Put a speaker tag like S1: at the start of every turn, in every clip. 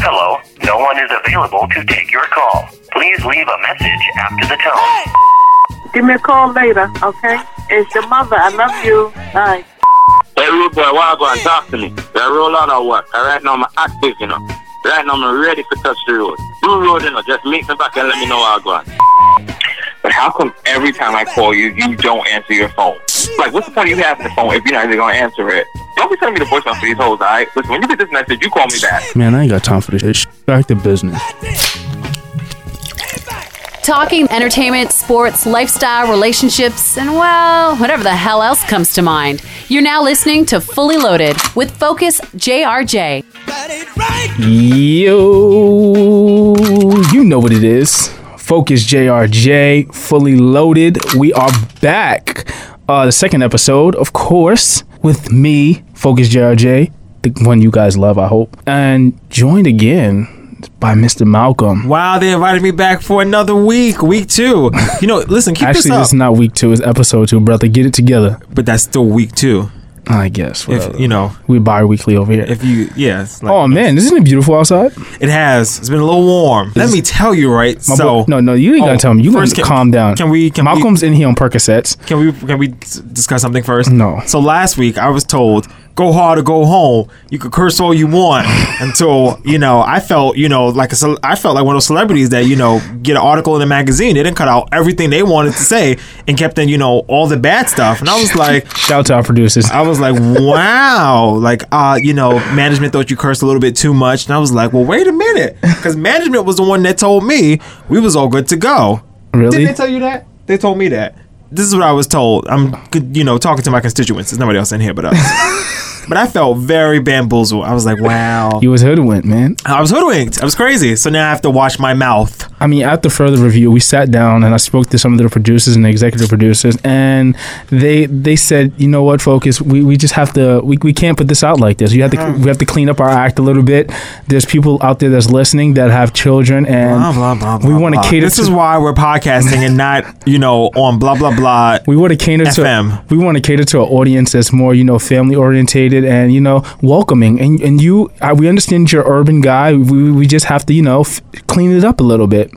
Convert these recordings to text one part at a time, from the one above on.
S1: Hello, no one is available to take your call. Please leave a message after the tone.
S2: Give me a call later, okay? It's your mother. I love you. Bye.
S3: Hey, rude boy, why go and talk to me? Do I roll out or what? And right now, I'm active, you know. Right now, I'm ready to touch the road. Do road, you know. Just meet me back and let me know how I go on.
S4: But how come every time I call you, you don't answer your phone? Like, what's the point of you having the phone if you're not even going to answer it? Don't be sending me the voicemail for these hoes, alright? Listen, when you get this message, you call me back.
S5: Man, I ain't got time for this shit. Back to business.
S6: Talking entertainment, sports, lifestyle, relationships, and well, whatever the hell else comes to mind. You're now listening to Fully Loaded with Focus JRJ.
S5: Yo, you know what it is. Focus JRJ, fully loaded. We are back. Uh, the second episode, of course, with me, Focus JRJ, the one you guys love, I hope, and joined again by Mr. Malcolm.
S7: Wow, they invited me back for another week, week two. You know, listen, keep
S5: Actually,
S7: this up.
S5: it's not week two; it's episode two, brother. Get it together.
S7: but that's still week two.
S5: I guess.
S7: If you know,
S5: we bi-weekly over here.
S7: if you, yeah. It's like,
S5: oh man, isn't it beautiful outside?
S7: it has. It's been a little warm. Let me tell you, right?
S5: My
S7: so
S5: boy- no, no, you ain't
S7: Oh,
S5: gonna tell me. You gonna
S7: first can-
S5: calm down.
S7: can we- can we-
S5: Malcolm's in here on Percocets.
S7: Can we can we s- discuss something first?
S5: No.
S7: So last week I was told go hard or go home. You could curse all you want until you know. I felt you know like a cel- I felt like one of those celebrities that you know get an article in a magazine. They didn't cut out everything they wanted to say and kept in you know all the bad stuff. And I was like.
S5: Shout out to our producers.
S7: I was like, wow. Like, uh, you know, management thought you cursed a little bit too much. And I was like, well, wait a minute. Because management was the one that told me we was all good to go.
S5: Really?
S7: Did they tell you that? They told me that. This is what I was told. I'm, good, you know, talking to my constituents. There's nobody else in here but us. but I felt very bamboozled. I was like, wow.
S5: You was hoodwinked, man.
S7: I was hoodwinked. I was crazy. So now I have to wash my mouth.
S5: I mean, after further review, we sat down and I spoke to some of the producers and the executive producers, and they they said, you know what, focus. We, we just have to. We, we can't put this out like this. You have to.
S7: Mm.
S5: We have to clean up our act a little bit. There's people out there that's listening that have children, and
S7: Blah, blah, blah, blah,
S5: we want to
S7: blah.
S5: cater.
S7: This
S5: to,
S7: is why we're podcasting and not, you know, on blah, blah, blah.
S5: we want to cater
S7: FM.
S5: to we want to cater to an audience that's more you know family orientated and you know welcoming and and you I, we understand you're an urban guy we, we just have to you know f- clean it up a little bit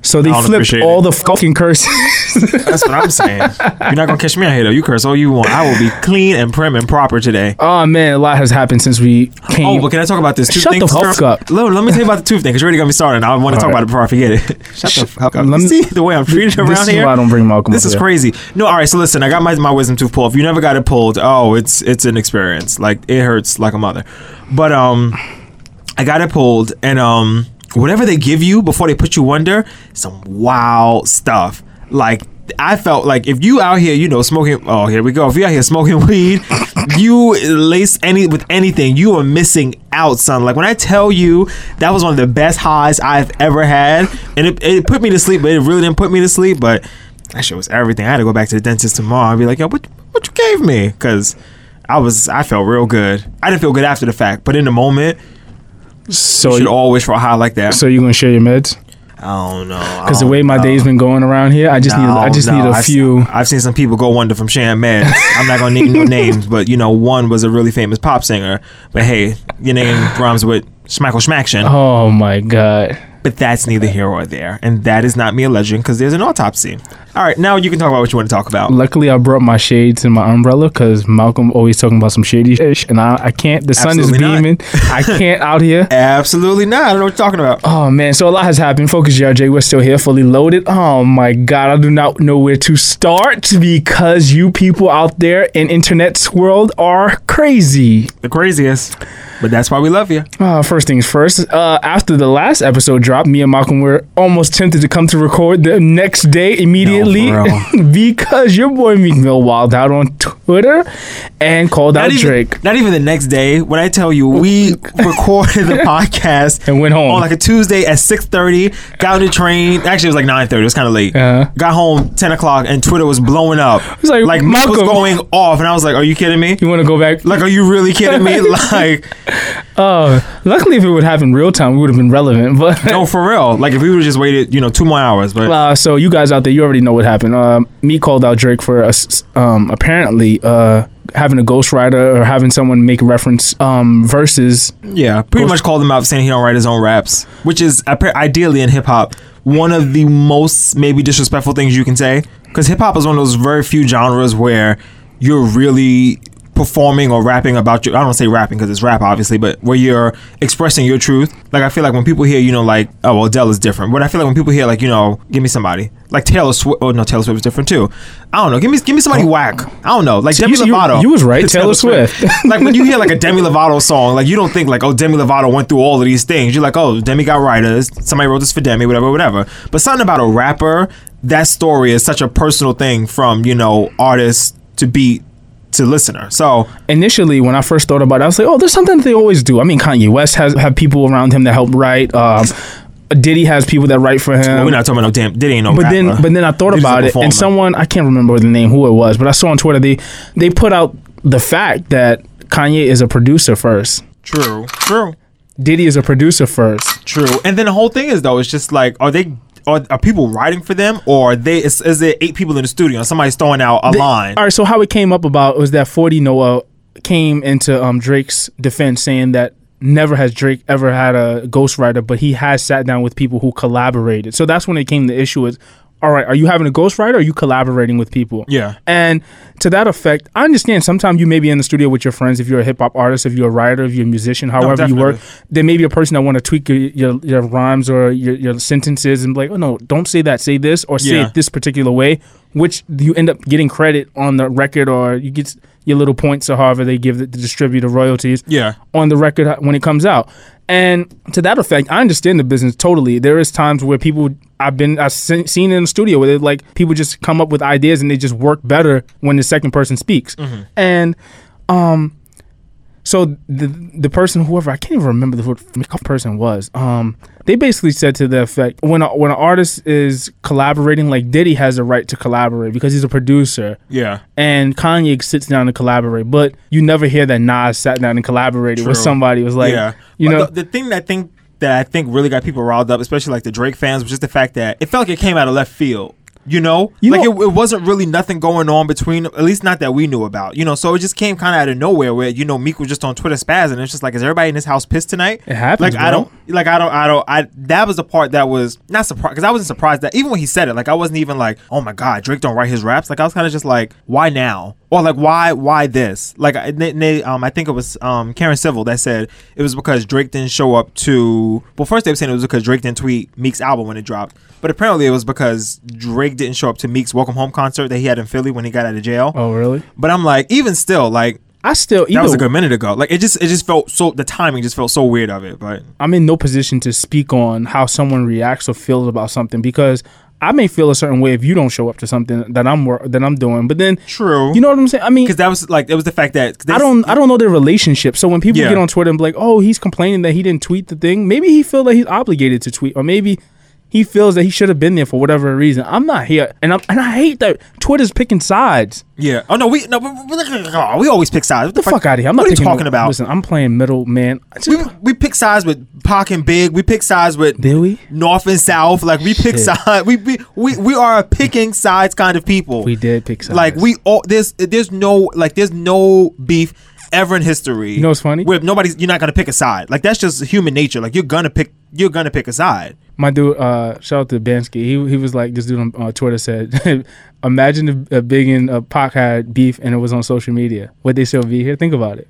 S5: so they
S7: I don't
S5: flipped
S7: appreciate
S5: all
S7: it.
S5: the fucking curses
S7: That's what I'm saying. You're not gonna catch me out here though. You curse all you want. I will be clean and prim and proper today.
S5: oh man a lot has happened since we came
S7: Oh, but can I talk about this tooth
S5: Shut
S7: thing?
S5: the fuck up.
S7: Let, let me tell you about the tooth thing because you already got me started. and I want to talk
S5: All
S7: about
S5: right.
S7: it before I forget it. Shut the fuck up.
S5: Let
S7: Let
S5: me-
S7: me see the way I'm treated around
S5: this is
S7: here.
S5: why I don't bring Malcolm
S7: This
S5: over
S7: is
S5: here.
S7: crazy. No, all right. So listen, I got my, my wisdom tooth pulled. If you never got it pulled, oh, it's it's an experience. Like it hurts like a mother. But um, I got it pulled, and um, whatever they give you before they put you under, some wild stuff. Like I felt like if you out here, you know, smoking. Oh, here we go. If you out here smoking weed, you lace any with anything, you are missing out, son. Like when I tell you that was one of the best highs I've ever had, and it, it put me to sleep, but it really didn't put me to sleep. But that shit was everything. I had to go back to the dentist tomorrow and be like, yo, what what you gave me? Because I was I felt real good. I didn't feel good after the fact, but in the moment.
S5: so
S7: You should
S5: Oh, you,
S7: all wish for a high like that.
S5: so you gonna share your meds
S7: I don't know.
S5: because the way my day's been going around here I just need I just need a
S7: I've,
S5: few
S7: I've seen some people go under from Shan Meds. I'm not gonna name no names, but you know, one was a really famous pop singer. But hey, your name rhymes with Schmackle Schmaction.
S5: oh my god
S7: But that's neither here or there, and that is not me alleging because there's an autopsy. All right, now you can talk about what you want to talk about.
S5: Luckily, I brought my shades and my umbrella because Malcolm always talking about some shady ish, and I, I can't. The sun
S7: Absolutely
S5: is
S7: not.
S5: beaming. I can't out here.
S7: Absolutely not. I don't know what you're talking about.
S5: Oh man, so a lot has happened. Focus, JRJ. We're still here, fully loaded. Oh my god, I do not know where to start because you people out there in internet's world are crazy.
S7: The craziest. But that's why we love you.
S5: Uh, first things first. Uh, after the last episode dropped, me and Malcolm were almost tempted to come to record the next day immediately
S7: No, for
S5: because your boy Meek Mill wild out on Twitter and called out
S7: even,
S5: Drake.
S7: Not even the next day. When I tell you we recorded the podcast
S5: And went home.
S7: on like a Tuesday at six thirty. Got on the train. Actually, it was like nine thirty. It was kind of late.
S5: Uh-huh.
S7: Got home ten o'clock, and Twitter was blowing up.
S5: was like,
S7: like Mike was
S5: Malcolm.
S7: going off, and I was like, "Are you kidding me?
S5: You want to go back?
S7: Like, are you really kidding me? like,
S5: Uh, luckily, if it would happen real time, we would have been relevant. But
S7: no, for real. Like if we would just waited, you know, two more hours. But
S5: Uh, so you guys out there, you already know what happened. Um, me called out Drake for us, um, apparently uh, having a ghostwriter or having someone make reference um, versus
S7: yeah, pretty much called him out saying he don't write his own raps, which is appa- ideally in hip hop one of the most maybe disrespectful things you can say because hip hop is one of those very few genres where you're really performing or rapping about your I don't say rapping because it's rap obviously but where you're expressing your truth like I feel like when people hear you know like oh well Adele is different but I feel like when people hear like you know give me somebody like Taylor Swift oh no Taylor Swift is different too I don't know give me give me somebody whack I don't know like Demi
S5: Oh. you- you-
S7: Lovato
S5: you was right, Taylor Swift.
S7: like when you hear like a Demi Lovato song, like you don't think like, oh, Demi Lovato went through all of these things. You're like, oh, Demi got writers. Somebody wrote this for Demi, whatever, whatever. But something about a rapper, that story is such a personal thing from you know artist to beat to listener. So
S5: initially when I first thought about it, I was like, oh, there's something that they always do. I mean, Kanye West has have people around him that help write. Um, Diddy has people that write for him.
S7: we're not talking about no damn. Diddy ain't no.
S5: Um, but then,
S7: rapper.
S5: but then I thought
S7: Diddy's a
S5: about it,
S7: performer.
S5: and someone I can't remember the name who it was, but I saw on Twitter they they put out the fact that Kanye is a producer first,
S7: True. True.
S5: Diddy is a producer first.
S7: True. And then the whole thing is though, it's just like, are they? Are, are people writing for them, or are they? Is, is there eight people in the studio? and Somebody's throwing out a line.
S5: All right, so how it came up about was that Forty Noah came into um, Drake's defense saying that never has Drake ever had a ghostwriter, but he has sat down with people who collaborated. So that's when it came the issue is, all right, are you having a ghostwriter? Or are you collaborating with people?
S7: Yeah.
S5: And to that effect, I understand sometimes you may be in the studio with your friends if you're a hip hop artist, if you're a writer, if you're a musician, however you work. There may be a person that want to tweak your, your your rhymes or your, your sentences and be like, oh no, don't say that, say this or say
S7: Yeah.
S5: it this particular way, which you end up getting credit on the record or you get your little points or however they give the, the distributor royalties
S7: Yeah.
S5: on the record when it comes out. And to that effect, I understand the business totally. There is times where people I've been I've se- seen in the studio where they like people just come up with ideas and they just work better when the second person speaks.
S7: Mm-hmm.
S5: And um, so the the person whoever I can't even remember who the person was. Um, they basically said to the effect when a, when an artist is collaborating, like Diddy has a right to collaborate because he's a producer
S7: yeah.
S5: and Kanye sits down and collaborate, but you never hear that Nas sat down and collaborated with
S7: True.
S5: somebody. It was like,
S7: yeah.
S5: you
S7: But
S5: know,
S7: the, the thing that I think that I think really got people riled up, especially like the Drake fans, was just the fact that it felt like it came out of left field. You know,
S5: You
S7: like
S5: know-
S7: it, it wasn't really nothing going on between, at least not that we knew about. You know, so it just came kind of out of nowhere. Where you know Meek was just on Twitter spazzing. and It's just like, is everybody in this house pissed tonight?
S5: It happens,
S7: Like I
S5: bro.
S7: don't, like I don't, I don't. I that was the part that was not surprised because I wasn't surprised that even when he said it, like I wasn't even like, oh my god, Drake don't write his raps. Like I was kind of just like, why now? Or like why why this? Like I- they, they, um, I think it was um Karen Civil that said it was because Drake didn't show up to. Well, first they were saying it was because Drake didn't tweet Meek's album when it dropped, but apparently it was because Drake didn't show up to Meek's Welcome Home concert that he had in Philly when he got out of jail.
S5: oh really?
S7: But I'm like, even still, like.
S5: I still either
S7: That was a good minute ago. Like it just, it just felt so. The timing just felt so weird of it. But
S5: I'm in no position to speak on how someone reacts or feels about something because I may feel a certain way if you don't show up to something that I'm wor- that I'm doing. But then,
S7: True.
S5: you know what I'm saying? I mean,
S7: because that was like it was the fact that
S5: I don't I don't know their relationship. So when people
S7: Yeah.
S5: get on Twitter and be like, "Oh, he's complaining that he didn't tweet the thing," maybe he feel that he's obligated to tweet, or maybe he feels that he should have been there for whatever reason. I'm not here, and I'm and I hate that Twitter's picking sides.
S7: Yeah. Oh no, we no, we, we, we always pick sides. What the,
S5: the fuck out of here! I'm not
S7: what are you
S5: picking no-
S7: talking about?
S5: Listen, I'm playing middle man. I just-
S7: we, we pick sides with Pac and Big. We pick sides with
S5: Did we?
S7: North and South. Like we pick sides. We, we we we are a picking sides kind of people.
S5: We did pick sides.
S7: Like we all there's there's no like there's no beef ever in history. You
S5: know what's funny?
S7: Where nobody's you're not gonna pick a side. Like that's just human nature. Like you're gonna pick you're gonna pick a side.
S5: my dude, uh, shout out to Bansky. He he was like this dude on uh, Twitter said, "Imagine if uh, Big and uh, Pac had beef and it was on social media. Would they still be here? Think about it.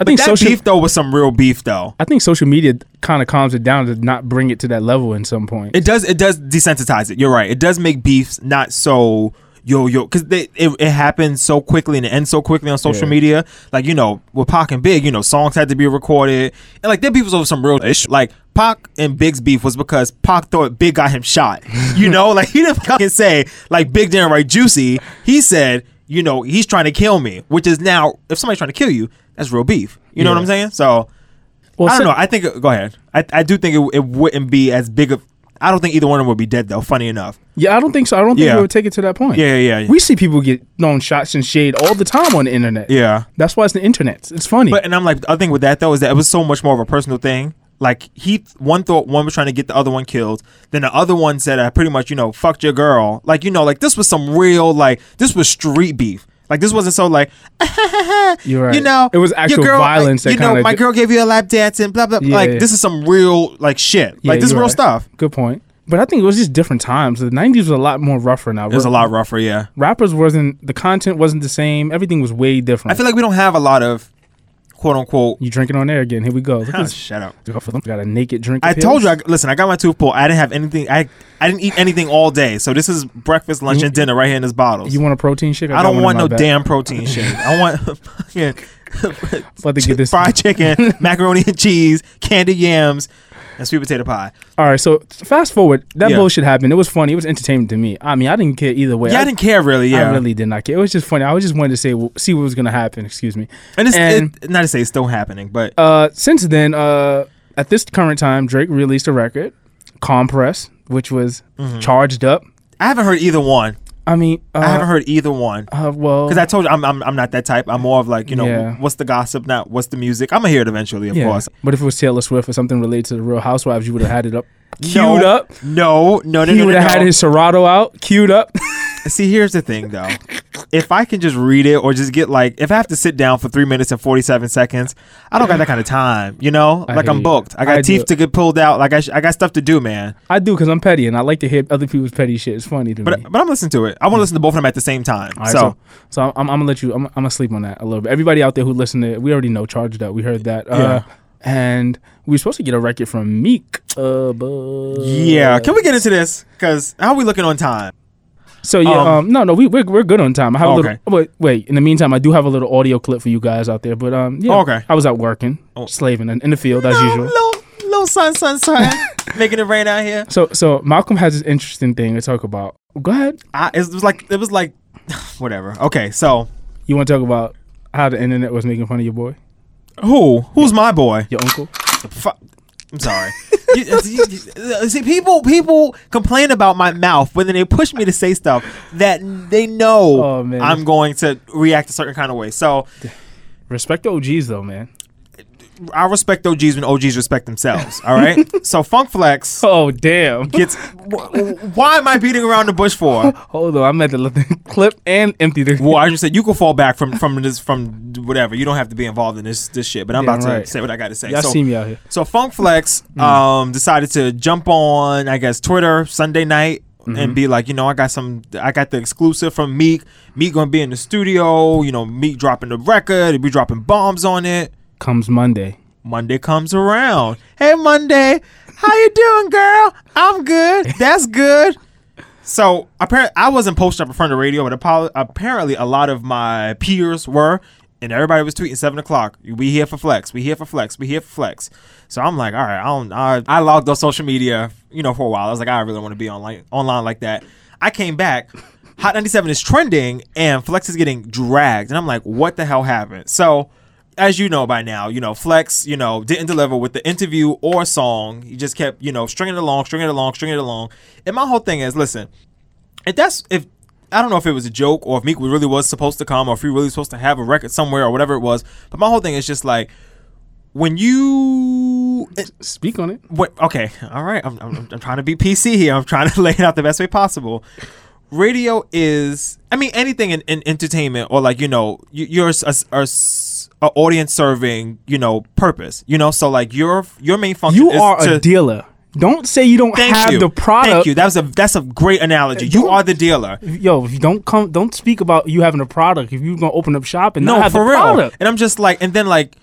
S7: I
S5: think
S7: that
S5: social-
S7: beef though was some real beef though.
S5: I think social media kind of calms it down to not bring it to that level in some point.
S7: It does. It does desensitize it. You're right. It does make beefs not so yo yo because it, it happens so quickly and it ends so quickly on social media. Like you know with Pac and Big, you know songs had to be recorded and like their beef was over some real ish. Like Pac and Big's beef was because Pac thought Big got him shot. You know, like he didn't fucking say like Big didn't write Juicy. He said. You know he's trying to kill me, which is now if somebody's trying to kill you, that's real beef. You know what I'm saying? So
S5: well,
S7: I don't
S5: so-
S7: know. I think. Go ahead. I, I do think it, it wouldn't be as big of. I don't think either one of them would be dead though. Funny enough.
S5: Yeah, I don't think so. I don't think
S7: Yeah.
S5: we would take it to that point.
S7: Yeah, yeah, yeah.
S5: We see people get known shots and shade all the time on the internet.
S7: Yeah.
S5: that's why it's the internet. It's funny.
S7: But and I'm like, the other thing with that though is that it was so much more of a personal thing. Like he, one thought one was trying to get the other one killed. Then the other one said, "I pretty much, you know, fucked your girl." Like you know, like this was some real, like this was street beef. Like this wasn't so like,
S5: You're right.
S7: you know,
S5: It was
S7: your
S5: actual
S7: girl, like,
S5: violence that
S7: you know,
S5: kinda
S7: my
S5: di-
S7: girl gave you a lap dance and blah blah.
S5: Yeah,
S7: like
S5: yeah.
S7: this is some real like shit.
S5: Yeah,
S7: like this is
S5: you're
S7: real
S5: right.
S7: stuff.
S5: Good point. But I think it was just different times. The '90s was a lot more rougher. Now
S7: It was a lot rougher. Yeah,
S5: Rappers wasn't the content wasn't the same. Everything was way different.
S7: I feel like we don't have a lot of quote unquote.
S5: you drinking on air again. Here we go. Look at this.
S7: Ah, shut up.
S5: Got a naked drink.
S7: I
S5: appeal.
S7: told you. I, listen, I got my tooth pulled. I didn't have anything. I I didn't eat anything all day. So this is breakfast, lunch, and dinner right here in this bottle.
S5: you want a protein shake? got
S7: I don't
S5: one in
S7: want
S5: my
S7: no
S5: bag.
S7: damn protein shake. I want fucking
S5: About to get this.
S7: fried chicken, macaroni and cheese, candy yams, and sweet potato pie.
S5: All right. So fast forward. That
S7: Yeah.
S5: bullshit happened. It was funny. It was entertaining to me. I mean, I didn't care either way.
S7: Yeah, I didn't care really. Yeah,
S5: I really did not care. It was just funny. I was just wanted to say, see what was gonna happen. Excuse me.
S7: and it's it, not to say it's still happening, but
S5: uh, since then, uh, at this current time, Drake released a record, Compress, which was charged up.
S7: I haven't heard either one.
S5: I mean, uh,
S7: Mm-hmm. I haven't heard either one.
S5: Uh, well,
S7: Because I told you, I'm, I'm I'm not that type. I'm more of like you know,
S5: Yeah.
S7: what's the gossip? Not what's the music? I'm gonna hear it eventually, of
S5: yeah.
S7: course.
S5: But if it was Taylor Swift or something related to the Real Housewives, you would have had it up, queued
S7: no,
S5: up.
S7: No, no, no,
S5: He
S7: no,
S5: would
S7: no,
S5: have had
S7: no.
S5: his Serato out, queued up.
S7: See, here's the thing though. If I can just read it or just get like, if I have to sit down for three minutes and 47 seconds, I don't got that kind of time, you know?
S5: I
S7: like,
S5: hear
S7: I'm
S5: you.
S7: booked. I
S5: I
S7: got
S5: do
S7: teeth
S5: it.
S7: to get pulled out. Like, I, sh- I got stuff to do, man.
S5: I do because I'm petty and I like to hear other people's petty shit. It's funny to
S7: But
S5: me.
S7: but I'm listening to it. I want to listen to both of them at the same time.
S5: Mm. All right,
S7: so,
S5: so, so I'm, I'm gonna let you. I'm, I'm gonna sleep on that a little bit. Everybody out there who listened to, it, we already know charged up. We heard that. Uh, And we were supposed to get a record from Meek. Uh, but
S7: yeah. Can we get into this? Because how are we looking on time?
S5: So yeah, um,
S7: Um,
S5: no, no, we we're, we're good on time. I have a little.
S7: Okay.
S5: Wait, wait. In the meantime, I do have a little audio clip for you guys out there. But um, yeah,
S7: Okay.
S5: I was out working, slaving in, in the field as
S7: Oh,
S5: usual.
S7: little, little sun, sun, sun. making it rain out here.
S5: So so Malcolm has this interesting thing to talk about. Go ahead.
S7: I, it was like, it was like, whatever. Okay. So,
S5: You want to talk about how the internet was making fun of your boy,
S7: who? Who's my boy?
S5: your uncle?
S7: Fu- I'm sorry. You- you- you- see, people people complain about my mouth, but then they push me to say stuff that they know
S5: Oh, man.
S7: I'm going to react a certain kind of way. So
S5: Respect the OGs though, man.
S7: I respect OGs when OGs respect themselves. All right. so Funk Flex
S5: Oh damn.
S7: gets. wh- wh- Why am I beating around the bush for?
S5: Hold on, I'm at the left- clip and empty the.
S7: Well, I just said you can fall back from from this from whatever. You don't have to be involved in this this shit. But I'm
S5: Damn
S7: about
S5: right.
S7: to say what I got to say.
S5: Y'all
S7: So-
S5: see me out here.
S7: So Funk Flex um, decided to jump on, I guess, Twitter Sunday night and be like, you know, I got some, I got the exclusive from Meek. Meek gonna be in the studio. You know, Meek dropping the record. He be dropping bombs on it.
S5: Comes Monday.
S7: Monday comes around. Hey Monday, how you doing, girl? I'm good. That's good. So apparently, I wasn't posted up in front of the radio, but apol- apparently, a lot of my peers were, and everybody was tweeting seven o'clock. We here for flex. We here for flex. We here for flex. So I'm like, all right, I don't. I, I logged off social media, you know, for a while. I was like, I really want to be online online like that. I came back. Hot 97 is trending, and Flex is getting dragged, and I'm like, what the hell happened? So as you know by now, you know, Flex, you know, didn't deliver with the interview or song. He just kept, you know, stringing it along, stringing it along, stringing it along. And my whole thing is, listen, if that's if I don't know if it was a joke or if Meek really was supposed to come or if he really was supposed to have a record somewhere or whatever it was, but my whole thing is just like when you it-
S5: Speak on it.
S7: what, okay, all right. I'm, I'm, I'm trying to be PC here. I'm trying to lay it out the best way possible. Radio is, I mean, anything in, in entertainment or like, you know, you, you're a, s- a s- a audience serving, you know, purpose, you know? So like your, your main function
S5: You
S7: is
S5: are
S7: to,
S5: a dealer. Don't say you don't
S7: Thank
S5: have
S7: you.
S5: the product.
S7: Thank you. That was a, that's a great analogy. You
S5: Don't-
S7: are the dealer.
S5: Yo, if you don't come, don't speak about you having a product. If you're gonna open up shop and not
S7: No,
S5: have
S7: for
S5: the
S7: real.
S5: product,
S7: And I'm just like, and then like,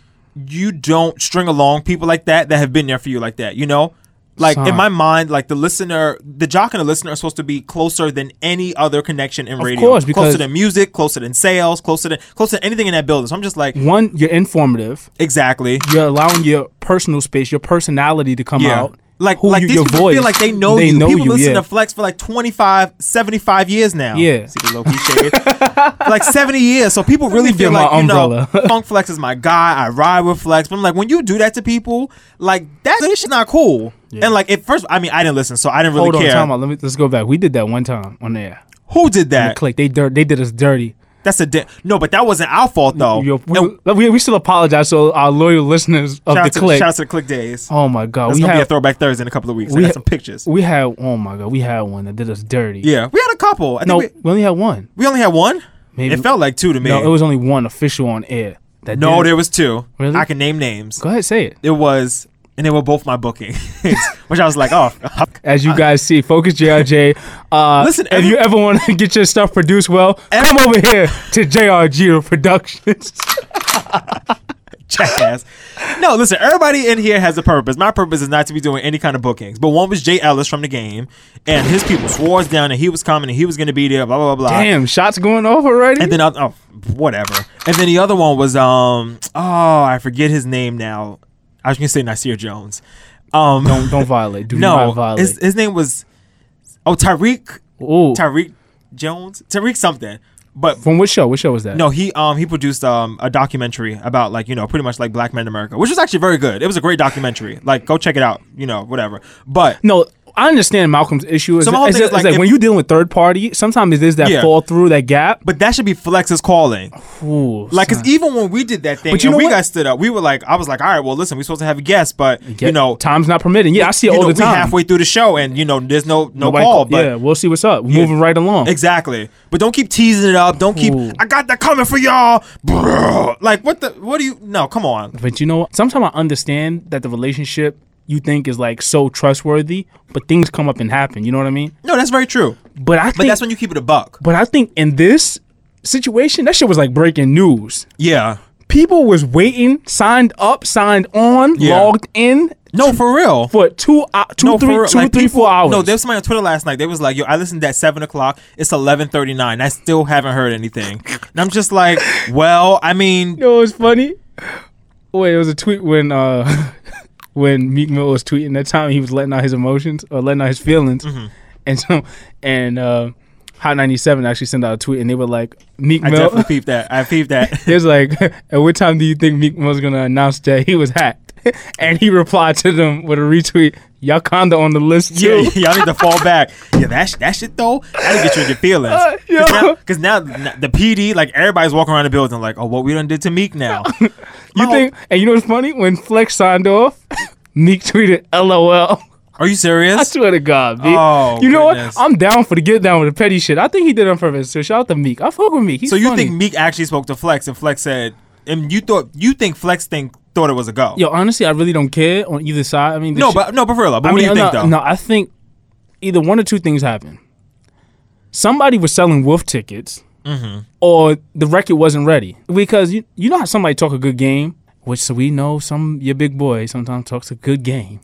S7: you don't string along people like that that have been there for you like that, you know? Like
S5: Son.
S7: in my mind, like the listener, the jock and the listener are supposed to be closer than any other connection in radio.
S5: course, because-
S7: closer than music, closer than sales, closer than closer than anything in that building. So I'm just like,
S5: one, you're informative.
S7: exactly.
S5: You're allowing your personal space, your personality to come
S7: Yeah.
S5: out.
S7: Like,
S5: Who
S7: like
S5: you-
S7: these
S5: your
S7: people
S5: voice.
S7: feel like they know you. people listen
S5: yeah.
S7: to Flex for like 25, 75 years now.
S5: Yeah.
S7: See the low key shade? For, like 70 years. So people really
S5: me
S7: feel
S5: get my
S7: like, you know,
S5: umbrella.
S7: Funk Flex is my guy. I ride with Flex. But I'm like, when you do that to people, like, that shit's not cool. And like, at first, I mean, I didn't listen, so I didn't really
S5: Hold on,
S7: care.
S5: time out. Let me let's go back. We did that one time on air.
S7: Who did
S5: The
S7: that?
S5: click. They dirt. They did us dirty.
S7: That's a da- no, but that wasn't our fault though.
S5: Yo, we,
S7: And
S5: we, we still apologize to our loyal listeners of
S7: shout, out
S5: the
S7: to,
S5: click.
S7: shout out to the Click Days.
S5: oh my god,
S7: That's
S5: we
S7: gonna be a
S5: had
S7: throwback Thursday in a couple of weeks.
S5: we
S7: I
S5: had-
S7: got some pictures.
S5: we had oh my god, we had one that did us dirty.
S7: yeah, we had a couple. I think
S5: no,
S7: we,
S5: we, only had one.
S7: we only had one.
S5: Maybe-
S7: it felt like two to me.
S5: No, it was only one official on air. That
S7: No,
S5: did it.
S7: there was two.
S5: Really?
S7: I can name names.
S5: Go ahead, say it.
S7: It was, and they were both my bookings, which I was like, oh, fuck.
S5: As you guys see, Focus JRJ. Uh,
S7: Listen,
S5: if you ever want to get your stuff produced well, come over here to JRG Productions.
S7: jackass. No, listen, everybody in here has a purpose. My purpose is not to be doing any kind of bookings. But one was Jay Ellis from the game, and his people swore us down that he was coming and he was going to be there, blah, blah, blah, blah.
S5: Damn, shots going off already.
S7: And then, I, oh, whatever. And then the other one was, um, oh, I forget his name now. I was going to say Nasir Jones. Um,
S5: don't don't violate. Do
S7: no,
S5: not violate.
S7: his, his name was, oh, Tyreek,
S5: Ooh,
S7: Tyreek Jones, Tyreek something. But
S5: from what show? What show was that?
S7: no, he um he produced um a documentary about like you know pretty much like black men in America, which was actually very good. It was a great documentary. Like go check it out, you know whatever. But
S5: no. I understand Malcolm's issue. Is
S7: So
S5: so
S7: my whole
S5: it's
S7: thing
S5: just,
S7: is, like,
S5: it's like
S7: if-
S5: when you dealing with third party, sometimes it is that
S7: Yeah.
S5: fall through that gap.
S7: but that should be Flex's calling.
S5: Ooh,
S7: Like because even when we did that thing,
S5: Oh, But you
S7: and
S5: know
S7: we
S5: what?
S7: got stood up. We were like, I was like, all right, well listen, we're supposed to have a guest, but you know.
S5: time's not permitting. Yeah, I see it
S7: you
S5: all
S7: know,
S5: the time.
S7: We halfway through the show, and you know, there's no no
S5: Nobody
S7: call.
S5: call-
S7: But
S5: yeah, we'll see what's up. We're Moving right along.
S7: Exactly. But don't keep teasing it up. Don't keep.
S5: Ooh.
S7: I got that coming for y'all. Bruh. Like what the? What do you? No, come on.
S5: But you know, what? sometimes I understand that the relationship you think is like so trustworthy, but things come up and happen. You know what I mean?
S7: No, that's very true.
S5: But I think,
S7: But that's when you keep it a buck.
S5: but I think in this situation, that shit was like breaking news.
S7: Yeah.
S5: People was waiting, signed up, signed on,
S7: Yeah.
S5: logged in
S7: No, for real.
S5: for two, uh, two,
S7: no,
S5: three-
S7: for real.
S5: two,
S7: Like,
S5: three,
S7: people-
S5: four hours.
S7: No, there was somebody on Twitter last night. They was like, "Yo, I listened at seven o'clock. It's eleven thirty nine. I still haven't heard anything." And I'm just like, "Well, I mean,
S5: You know what's funny? Wait, it was a tweet when uh when Meek Mill was tweeting that time he was letting out his emotions or letting out his feelings.
S7: Mm-hmm.
S5: And so and uh Hot 97 actually sent out a tweet and they were like Meek
S7: I
S5: Mill
S7: definitely peeped that. I peeped that."
S5: It was like, at what time do you think Meek Mill's gonna announce that he was hacked? And he replied to them with a retweet, y'all kinda on the list
S7: Yeah,
S5: too.
S7: y'all need to fall back. Yeah, that sh- that shit though, that'll get you in your feelings.
S5: Uh, yo.
S7: Because now, n- the PD, like everybody's walking around the building, like, "Oh, what we done did to Meek now?" you
S5: You think and you know what's funny? When Flex signed off, Meek tweeted LOL.
S7: Are you serious?
S5: I swear to God, B.
S7: Oh,
S5: you know
S7: goodness.
S5: what? I'm down for the get down with the petty shit. I think he did it on purpose. So shout out to Meek. I fuck with Meek. He's
S7: so you
S5: funny.
S7: think Meek actually spoke to Flex, and Flex said, and you thought you think Flex think thought it was a go?
S5: Yo, honestly, I really don't care on either side. I mean, the
S7: no,
S5: shit-
S7: but uh, no, but for real. But
S5: I
S7: what
S5: mean,
S7: do you
S5: no,
S7: think though?
S5: no, I think either one or two things happened. Somebody was selling wolf tickets,
S7: Mm-hmm.
S5: or the record wasn't ready because you you know how somebody talk a good game. Which we know some your big boy sometimes talks a good game.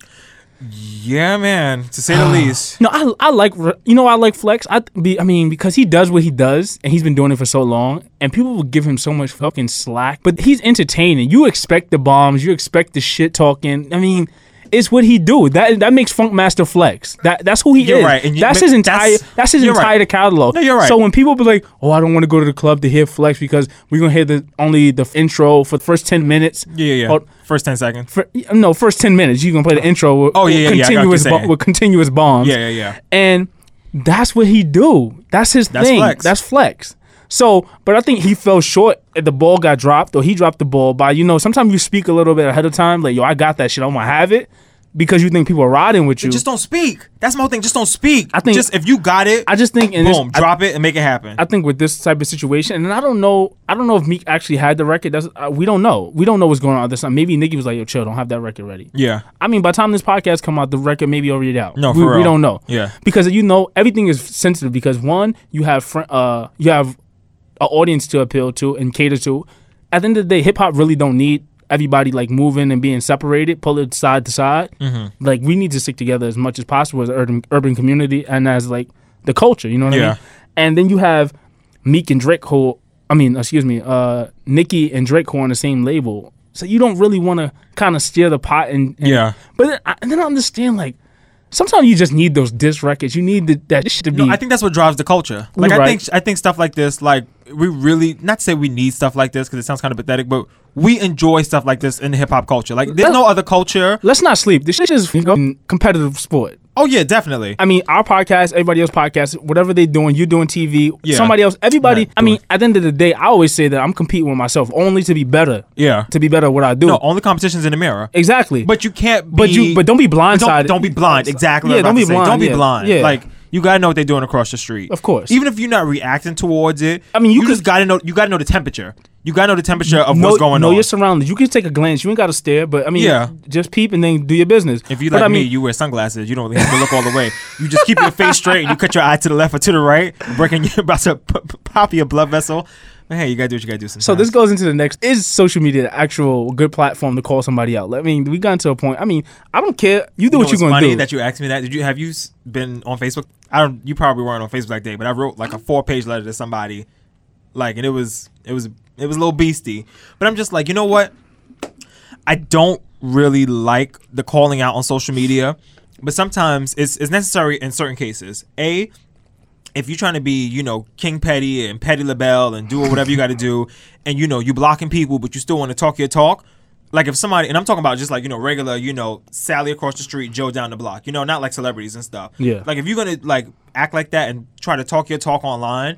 S7: Yeah, man. To say the least.
S5: No, I I like you know I like Flex. I be I mean because he does what he does and he's been doing it for so long and people will give him so much fucking slack. But he's entertaining. You expect the bombs. You expect the shit talking. I mean. It's what he do. That that makes Funk Master flex. That that's who he
S7: You're
S5: is.
S7: right, and you-
S5: that's
S7: but
S5: his entire.
S7: that's-
S5: That's, his
S7: you're
S5: entire
S7: right.
S5: catalog.
S7: No, you're right.
S5: So when people be like, "Oh, I don't want to go to the club to hear Flex because we're gonna hear the only the intro for the first ten minutes."
S7: Yeah, yeah, yeah.
S5: Or-
S7: First 10 seconds.
S5: for, no, first ten minutes you gonna play the intro. With,
S7: Oh, yeah, yeah,
S5: with
S7: yeah, I got what you're
S5: continuous bo-
S7: saying.
S5: with continuous bombs.
S7: Yeah, yeah, yeah.
S5: And that's what he do. That's his
S7: That's
S5: thing.
S7: flex.
S5: That's flex. So, but I think he fell short. If the ball got dropped, or he dropped the ball by you know. Sometimes you speak a little bit ahead of time, like yo, I got that shit. I'm gonna have it because you think people are riding with you.
S7: Just don't speak. That's my whole thing. Just don't speak. I
S5: think-
S7: just if you got it,
S5: I just think in this,
S7: boom,
S5: I-
S7: drop it and make it happen.
S5: I think with this type of situation, and I don't know, I don't know if Meek actually had the record. That's uh, we don't know. We don't know what's going on at this time. Maybe Nicki was like, "Yo, chill, don't have that record ready."
S7: yeah.
S5: I mean, by the time this podcast come out, the record maybe already out.
S7: No,
S5: we,
S7: for
S5: we
S7: real.
S5: don't know.
S7: Yeah.
S5: because you know everything is sensitive. Because one, you have fr- uh, you have an audience to appeal to and cater to. At the end of the day, hip hop really don't need everybody like moving and being separated, pull it side to side.
S7: Mm-hmm.
S5: Like we need to stick together as much as possible as an urban urban community and as like the culture. You know what I
S7: Yeah.
S5: mean? And then you have Meek and Drake who I mean, excuse me, uh Nicki and Drake who are on the same label. So you don't really want to kind of steer the pot and, and-
S7: Yeah.
S5: But then I, and then I understand like sometimes you just need those diss records. You need the, that shit to be.
S7: I think that's what drives the culture. Like
S5: You're
S7: I
S5: right.
S7: think I think stuff like this, like we really not to say we need stuff like this because it sounds kind of pathetic, but we enjoy stuff like this in the hip hop culture. Like there's no other culture.
S5: Let's not sleep. This shit is a competitive sport.
S7: Oh yeah, definitely.
S5: I mean, our podcast, everybody else's podcast, whatever they're doing, you doing TV,
S7: Yeah.
S5: somebody else, everybody.
S7: Right,
S5: I mean, at the end of the day, I always say that I'm competing with myself only to be better.
S7: Yeah.
S5: To be better at what I do.
S7: No, only competition's in the mirror.
S5: exactly.
S7: But you can't. Be,
S5: But you- but don't be
S7: Don't-
S5: blindsided.
S7: Don't, be blind. Exactly.
S5: Yeah,
S7: Yeah. Don't be blind. Don't be
S5: yeah,
S7: blind.
S5: yeah.
S7: Like you gotta know what they're doing across the street.
S5: Of course.
S7: Even if you're not reacting towards it,
S5: I mean, you
S7: just
S5: could-
S7: gotta know. You gotta know the temperature. You gotta know the temperature of
S5: know,
S7: what's going
S5: know
S7: on.
S5: your surroundings. You can take a glance. You ain't got to stare, but I mean,
S7: Yeah.
S5: just peep and then do your business.
S7: if you
S5: But
S7: like
S5: I
S7: me,
S5: mean,
S7: you wear sunglasses. You don't really have to look all the way. You just keep your face straight and you cut your eye to the left or to the right, breaking. You're about to p- p- pop your blood vessel. But hey, you gotta do what you gotta do. Sometimes.
S5: So this goes into the next. Is social media the actual good platform to call somebody out? I mean, we gotten to a point. I mean, I don't care. You do
S7: You know
S5: what you're
S7: what's
S5: going to
S7: funny
S5: do.
S7: that you asked me that. Did you have you s- been on Facebook? I don't. You probably weren't on Facebook that day, but I wrote
S5: Oh.
S7: like a four page letter to somebody, like, and it was it was it was a little beastie. But I'm just like, you know what? I don't really like the calling out on social media, but sometimes it's it's necessary in certain cases. A if you're trying to be, you know, King Petty and Petty LaBelle and do whatever you got to do, and you know, you blocking people, but you still want to talk your talk. Like if somebody, and I'm talking about just like you know regular, you know Sally across the street, Joe down the block, you know, not like celebrities and stuff.
S5: Yeah.
S7: Like if you're gonna like act like that and try to talk your talk online,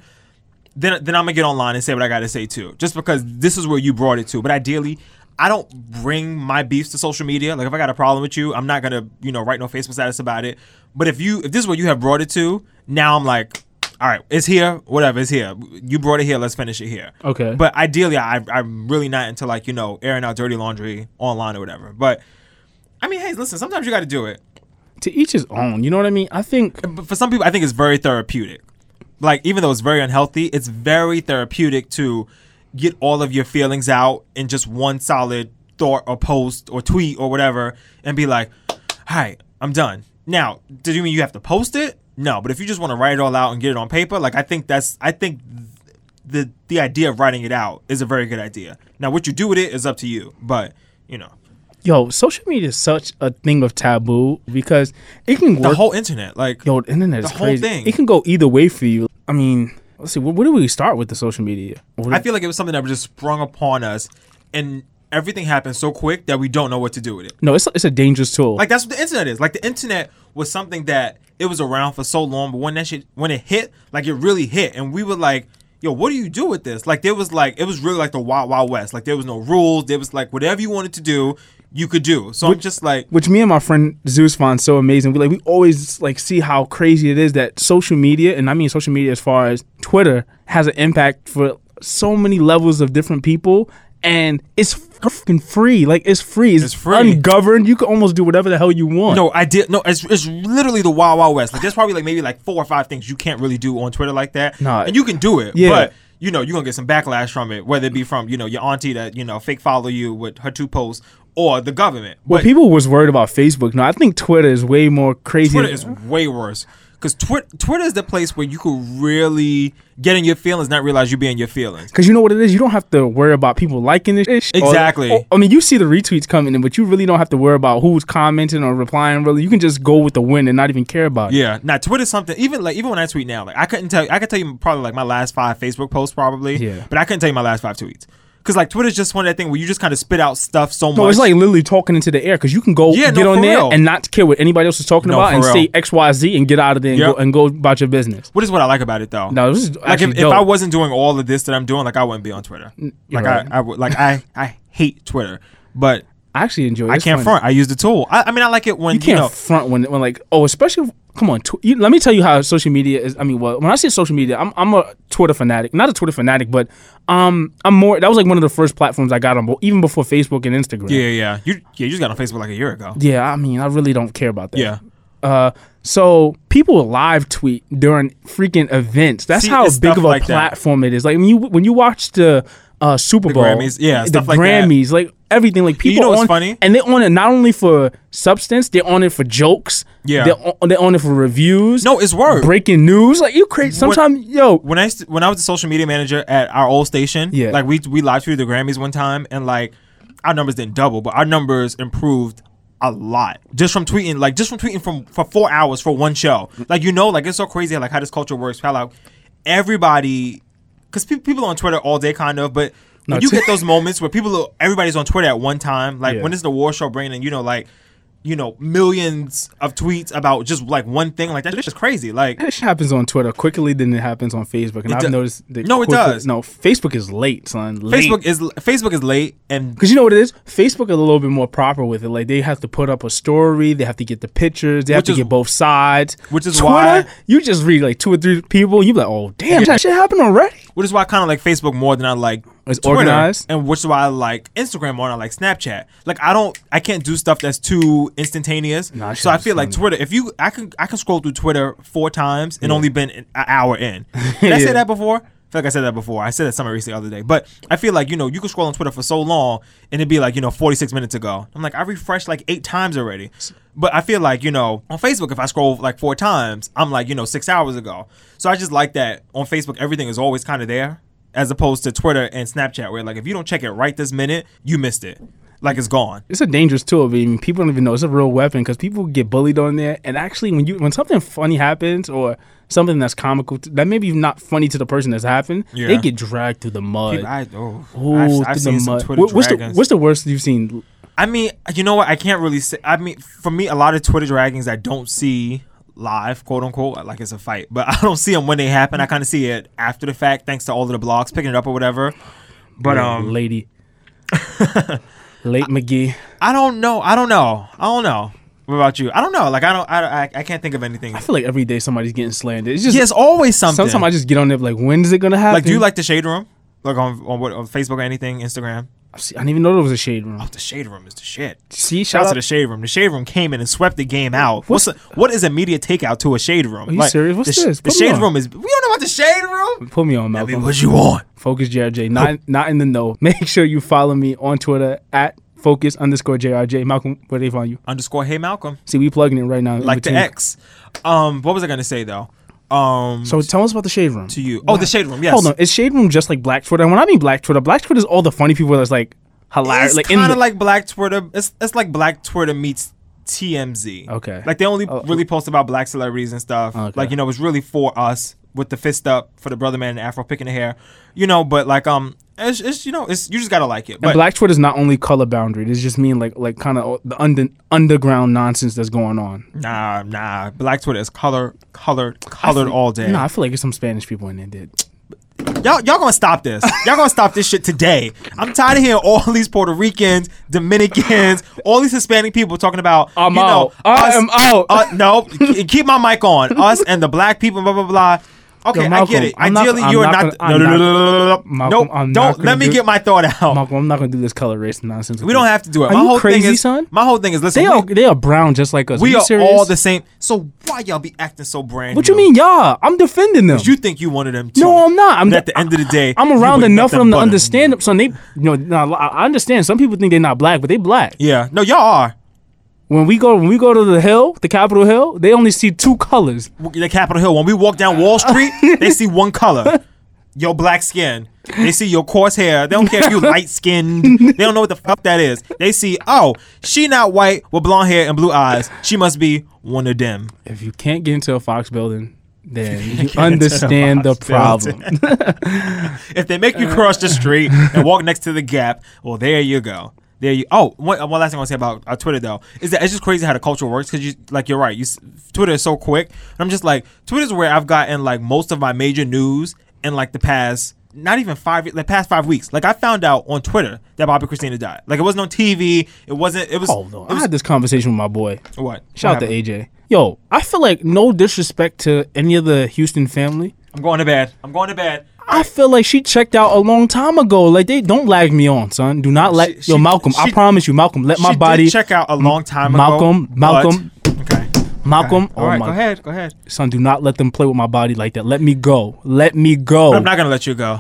S7: then then I'm gonna get online and say what I gotta say too, just because this is where you brought it to. But ideally, I don't bring my beefs to social media. Like if I got a problem with you, I'm not gonna you know write no Facebook status about it. But if you if this is what you have brought it to, now I'm like, all right, it's here, whatever, it's here. You brought it here, let's finish it here.
S5: Okay.
S7: But ideally, I I'm really not into like you know airing out dirty laundry online or whatever. But I mean, hey, listen, sometimes you gotta do it
S5: to each his own. You know what I mean? I think.
S7: but for some people, I think it's very therapeutic. Like, even though it's very unhealthy, it's very therapeutic to get all of your feelings out in just one solid thought or post or tweet or whatever and be like, all right, I'm done. Now, does you mean you have to post it? No, but if you just want to write it all out and get it on paper, like, I think that's, I think the the idea of writing it out is a very good idea. Now, what you do with it is up to you, but, you know,
S5: Yo, social media is such a thing of taboo because it can
S7: the
S5: work.
S7: whole internet, like,
S5: yo, the internet is
S7: the whole
S5: crazy.
S7: thing.
S5: It can go either way for you. I mean, let's see. Where, where do we start with the social media? Where-
S7: I feel like it was something that was just sprung upon us, and everything happened so quick that we don't know what to do with it.
S5: no, it's a, it's a dangerous tool.
S7: Like that's what the internet is. Like the internet was something that it was around for so long, but when that shit when it hit, like it really hit, and we were like, "Yo, what do you do with this?" Like there was like it was really like the wild wild west. Like there was no rules. There was like whatever you wanted to do, you could do. So I'm just like,
S5: which me and my friend Zeus find so amazing. We like we always like see how crazy it is that social media, and I mean social media as far as Twitter, has an impact for so many levels of different people, and it's fucking free. Like it's free. It's,
S7: It's free.
S5: Ungoverned. You can almost do whatever the hell you want.
S7: No, I did. No, it's, it's literally the wild wild west. Like there's probably like maybe like four or five things you can't really do on Twitter like that.
S5: Nah.
S7: and you can do it.
S5: Yeah.
S7: but you know you're gonna get some backlash from it, whether it be from you know your auntie that you know fake follow you with her two posts or the government.
S5: Well,
S7: But
S5: people was worried about Facebook. No, I think Twitter is way more crazy.
S7: Twitter is way worse because Twitter Twitter is the place where you could really get in your feelings, not realize you be in your feelings.
S5: Cause you know what it is, you don't have to worry about people liking this. Ish
S7: Exactly.
S5: I mean, you see the retweets coming in, but you really don't have to worry about who's commenting or replying. Really, you can just go with the wind and not even care about it.
S7: Yeah. Now Twitter's something even like even when I tweet now, like I couldn't tell I could tell you probably like my last five Facebook posts probably.
S5: Yeah.
S7: But I couldn't tell you my last five tweets. Cause like Twitter's just one of that thing where you just kind of spit out stuff so much.
S5: No, it's like literally talking into the air because you can go
S7: Yeah, no,
S5: get on
S7: for
S5: there
S7: real.
S5: and not care what anybody else is talking
S7: No,
S5: about
S7: for
S5: and say
S7: real.
S5: X Y Z and get out of there and,
S7: Yep.
S5: go, and go about your business.
S7: What is what I like about it though?
S5: No, this is
S7: like if,
S5: actually
S7: if I
S5: dope.
S7: wasn't doing all of this that I'm doing, like I wouldn't be on Twitter. Like
S5: right.
S7: I, I would, like I, I hate Twitter, but
S5: I actually enjoy. it.
S7: I
S5: It's
S7: can't
S5: funny.
S7: front. I use the tool. I, I mean, I like it when
S5: You
S7: you,
S5: can't
S7: know.
S5: front when when like oh especially come on tw- you, let me tell you how social media is. I mean, well, when I say social media, I'm I'm a Twitter fanatic, not a Twitter fanatic, but um I'm more. That was like one of the first platforms I got on, bo- even before Facebook and Instagram.
S7: yeah, yeah. You yeah, you just got on Facebook like a year ago.
S5: Yeah, I mean, I really don't care about that.
S7: Yeah.
S5: Uh, so people live tweet during freaking events. That's
S7: See,
S5: how
S7: it's
S5: big
S7: stuff
S5: of a
S7: like that.
S5: platform it is. Like when you when you watch the uh, Super Bowl,
S7: Grammys, yeah,
S5: the
S7: stuff like that.
S5: Grammys, like everything, like people
S7: know what's
S5: on,
S7: funny?
S5: and they're on it not only for substance, they're on it for jokes.
S7: Yeah.
S5: they're on, they're on it for reviews.
S7: No, it's word.
S5: breaking news. Like you create sometimes, yo.
S7: when I used to- when I was a social media manager at our old station,
S5: Yeah.
S7: like we we live through the Grammys one time, and like our numbers didn't double, but our numbers improved a lot just from tweeting, like just from tweeting from for four hours for one show. Like you know, like it's so crazy, like how this culture works. How like everybody, because pe- people are on Twitter all day, kind of, but. When
S5: No,
S7: you
S5: t-
S7: get those moments where people, are, everybody's on Twitter at one time, like
S5: Yeah.
S7: when it's the war show, Brandon, you know, like you know millions of tweets about just like one thing like that. It's just crazy. Like
S5: This happens on Twitter quickly than it happens on Facebook, and I've
S7: do-
S5: noticed. That
S7: No, it
S5: quickly-
S7: does.
S5: No, Facebook is late, son. Late.
S7: Facebook is Facebook is late and
S5: Because you know what it is? Facebook is a little bit more proper with it. Like they have to put up a story, they have to get the pictures, they have
S7: Which
S5: to
S7: is-
S5: get both sides.
S7: which is
S5: Twitter,
S7: why-
S5: you just read like two or three people, you be like, oh damn, that shit happened already.
S7: which is why I kind of like Facebook more than I like
S5: It's organized.
S7: and which is why I like Instagram more than I like Snapchat. Like I don't, I can't do stuff that's too instantaneous.
S5: Nah, I
S7: so I
S5: should've
S7: feel like
S5: done
S7: Twitter. If you, I can, I can scroll through Twitter four times and only been an hour in. Did I
S5: Yeah.
S7: say that before? I feel like I said that before. I said that somewhere recently the other day. But I feel like you know you can scroll on Twitter for so long and it'd be like you know 46 minutes ago. I'm like I refreshed like eight times already. But I feel like you know on Facebook if I scroll like four times I'm like you know six hours ago. So I just like that on Facebook everything is always kind of there as opposed to Twitter and Snapchat where like if you don't check it right this minute you missed it like it's gone.
S5: It's a dangerous tool, but I mean, people don't even know it's a real weapon because people get bullied on there. And actually, when you when something funny happens or something that's comical to, that maybe not funny to the person that's happened,
S7: Yeah.
S5: they get dragged through the mud.
S7: People- I, oh,
S5: Ooh,
S7: I've,
S5: through
S7: I've
S5: the
S7: seen some
S5: mud.
S7: Twitter
S5: What- what's, the,
S7: dragons.
S5: what's the worst you've seen?
S7: I mean, you know what? I can't really say. I mean, for me, a lot of Twitter dragons I don't see live, quote unquote, like it's a fight, but I don't see them when they happen. I kind of see it after the fact, thanks to all of the blogs picking it up or whatever. But um,
S5: lady, late McGee.
S7: I don't know. I don't know. I don't know. What about you? I don't know. Like I don't. I I, I can't think of anything.
S5: I feel like every day somebody's getting slandered. It's just
S7: There's always something.
S5: Sometimes I just get on there like, when is it gonna happen?
S7: like, do you like the shade room? Like on on what on Facebook or anything, Instagram?
S5: See, I didn't even know there was a shade room.
S7: Oh, The shade room is the shit.
S5: See,
S7: Shout
S5: shout
S7: out
S5: out
S7: to the shade room. The shade room came in and swept the game out. What's, a, what is a media takeout to a shade room? Are
S5: you serious? What's
S7: the, sh-
S5: this?
S7: The
S5: Put me
S7: shade
S5: on.
S7: room is. We don't know about the shade room.
S5: Put me on, Malcolm.
S7: what you want?
S5: Focus JRJ, not not in the know. Make sure you follow me on Twitter at focus underscore JRJ. Malcolm, where they find you?
S7: Underscore. Hey Malcolm.
S5: See, we plugging it right now. in
S7: Like the
S5: between.
S7: X. Um. What was I gonna say though? Um.
S5: So tell us about the shade room. To
S7: you. Oh, the shade room. Yes.
S5: Hold on, is shade room just like Black Twitter? And when I mean Black Twitter, Black Twitter is all the funny people that's like hilarious,
S7: It's
S5: like in
S7: kind
S5: the,
S7: of like Black Twitter. It's it's like Black Twitter meets TMZ.
S5: Okay.
S7: Like they only
S5: Oh.
S7: really post about black celebrities and stuff.
S5: Okay.
S7: Like you know, it's really for us with the fist up for the brother man and Afro picking the hair. You know, but like um, it's, it's you know, it's you just gotta like it.
S5: And
S7: But
S5: Black Twitter is not only color boundary. This just mean like like kind of the under, underground nonsense that's going on.
S7: Nah, nah. Black Twitter is color, colored, colored all day.
S5: No, I feel like there's some Spanish people in there. Dude.
S7: Y'all, y'all gonna stop this. Y'all gonna stop this shit today. I'm tired of hearing all these Puerto Ricans, Dominicans, all these Hispanic people talking about.
S5: I'm
S7: you know,
S5: out. I
S7: us-
S5: am out.
S7: Uh, no, k- keep my mic on. Us and the black people, blah blah blah. Okay,
S5: Yo,
S7: I
S5: Malcolm,
S7: get it.
S5: I'm not-
S7: Ideally,
S5: I'm
S7: you are
S5: not
S7: not.
S5: gonna- I'm
S7: no, no,
S5: not-
S7: no, no, no, no, no.
S5: Malcolm, I'm
S7: nope.
S5: not
S7: Don't
S5: gonna
S7: let me
S5: do-
S7: get my thought out.
S5: Malcolm, I'm not gonna do this color race nonsense.
S7: we don't have to do it.
S5: Are
S7: my
S5: you
S7: whole
S5: crazy,
S7: thing is,
S5: son?
S7: My whole thing is listen.
S5: They are
S7: we,
S5: they are brown just like us.
S7: we
S5: you
S7: are
S5: serious?
S7: all the same. So why y'all be acting so brand?
S5: What you
S7: new?
S5: mean, y'all? I'm defending them.
S7: You think you wanted them too?
S5: Um, no, I'm not. I'm
S7: And at the end of the day,
S5: I'm
S7: you
S5: around
S7: were
S5: enough of them
S7: nothing
S5: to
S7: but a-
S5: understand them. Son, they you know, nah, I I understand. Some people think they're not black, but they black.
S7: Yeah, no, y'all are
S5: When we go when we go to the hill, the Capitol Hill, they only see two colors.
S7: the Capitol Hill. When we walk down Wall Street, they see one color. Your black skin. They see your coarse hair. They don't care if you light skinned. They don't know what the fuck that is. They see, oh, she not white with blonde hair and blue eyes. She must be one of them.
S5: If you can't get into a Fox building, then you understand the
S7: Fox building.
S5: problem.
S7: If they make you
S5: Uh-huh.
S7: cross the street and walk next to the gap, well, there you go. There you. Oh, one, one last thing I want to say about uh, Twitter though is that it's just crazy how the culture works because you like you're right. You s- Twitter is so quick. And I'm just like Twitter's where I've gotten like most of my major news in like the past not even five the past five weeks. Like I found out on Twitter that Bobby Christina died. Like it wasn't on TV. It wasn't. It was.
S5: Hold on.
S7: It
S5: Oh, I
S7: was
S5: had this conversation with my boy.
S7: what?
S5: Shout
S7: What
S5: out to
S7: happened?
S5: AJ. Yo, I feel like no disrespect to any of the Houston family.
S7: I'm going to bed. I'm going to bed.
S5: I feel like she checked out a long time ago. Like they don't lag me on, son. Do not
S7: She-
S5: lag.
S7: she-
S5: Yo, Malcolm, I
S7: she-
S5: promise you, Malcolm. Let
S7: She
S5: my
S7: did
S5: body,
S7: check out a long time
S5: Malcolm,
S7: ago.
S5: Malcolm,
S7: but- Okay.
S5: Malcolm.
S7: All
S5: oh
S7: right.
S5: my
S7: Go ahead. Go ahead.
S5: son, do not let them play with my body like that. Let me go. Let me go.
S7: But I'm not gonna let you go.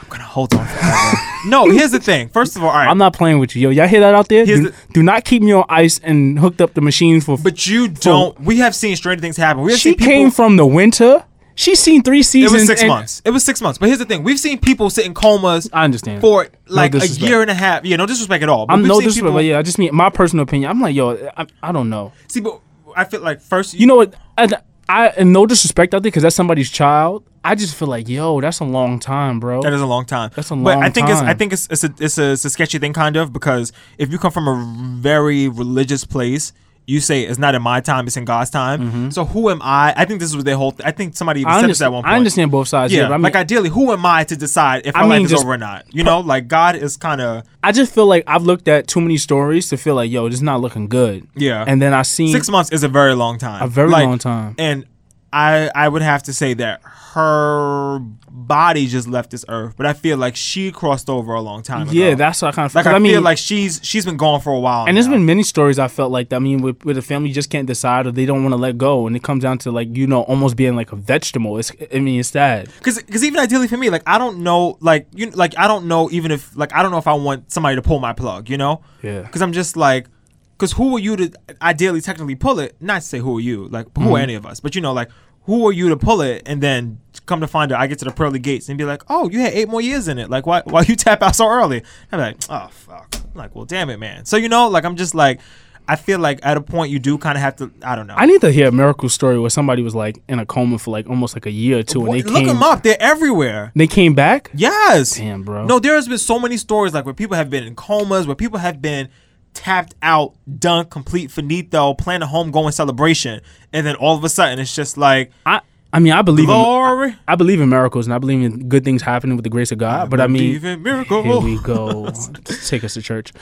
S7: I'm gonna hold on forever. no, here's the thing. First of all, all right,
S5: I'm not playing with you, yo. Y'all hear that out there?
S7: Here's
S5: Do,
S7: the-
S5: do not keep me on ice and hooked up the machines for.
S7: but you don't. We have seen stranger things happen. We have
S5: she
S7: seen people,
S5: came from the winter. She seen three
S7: It
S5: seasons.
S7: was six
S5: and-
S7: months. It was six months. But here's the thing: we've seen people sit in comas.
S5: I understand.
S7: for
S5: No
S7: like a
S5: disrespect.
S7: year and a half. Yeah, no disrespect at all. But
S5: I'm
S7: we've
S5: no
S7: seen
S5: disrespect,
S7: people-
S5: but yeah, I just mean my personal opinion. I'm like, yo, I, I don't know.
S7: See, but I feel like first,
S5: You know what? I, I and no disrespect out there because that's somebody's child. I just feel like, yo, that's a long time, bro.
S7: That is a long time.
S5: That's a
S7: But I
S5: long
S7: think it's I
S5: time.
S7: think it's it's a, it's a it's a sketchy thing kind of because if you come from a very religious place, you say it's not in my time, it's in God's time. So who am I? I think this was their whole. I think somebody even
S5: Mm-hmm. I
S7: said this at
S5: understand.
S7: one point.
S5: I understand both sides. Yeah,
S7: Yeah,
S5: but I mean,
S7: like ideally, who am I to decide if my
S5: I mean,
S7: life is
S5: just-
S7: over or not? You know, like God is kind of
S5: I just feel like I've looked at too many stories to feel like, yo, this is not looking good.
S7: Yeah.
S5: And then I seen
S7: six months is a very long time.
S5: A very
S7: Like,
S5: long time.
S7: And I I would have to say that her body just left this earth, but I feel like she crossed over a long time ago.
S5: Yeah, that's what I kind of
S7: like I,
S5: I mean,
S7: feel like she's she's been gone for a while.
S5: and
S7: now.
S5: there's been many stories I felt like that. I mean, with, with a family just can't decide or they don't want to let go, and it comes down to like you know almost being like a vegetable. It's I mean it's sad.
S7: because because even ideally for me, like I don't know, like you like I don't know even if like I don't know if I want somebody to pull my plug, you know?
S5: Yeah.
S7: Because I'm just like, because who are you to ideally technically pull it? Not to say who are you, like who
S5: Mm-hmm.
S7: are any of us, but you know, like who are you to pull it and then come to find out I get to the pearly gates and be like, oh, you had eight more years in it, like why why you tap out so early? I'm like, oh fuck, I'm like well damn it, man. So you know, like I'm just like. I feel like at a point you do kind of have to. I don't know.
S5: I need to hear a miracle story where somebody was like in a coma for like almost like a year or two, and
S7: Look
S5: they
S7: 'em
S5: came.
S7: up. They're everywhere.
S5: They came back.
S7: Yes.
S5: Damn, bro.
S7: No, there has been so many stories like where people have been in comas, where people have been tapped out, done, complete, finito, plan a homegoing celebration, and then all of a sudden it's just like
S5: I I mean I believe in,
S7: glory.
S5: I believe in miracles and I believe in good things happening with the grace of God. But I mean,
S7: believe in miracles.
S5: Here we go. Take us to church.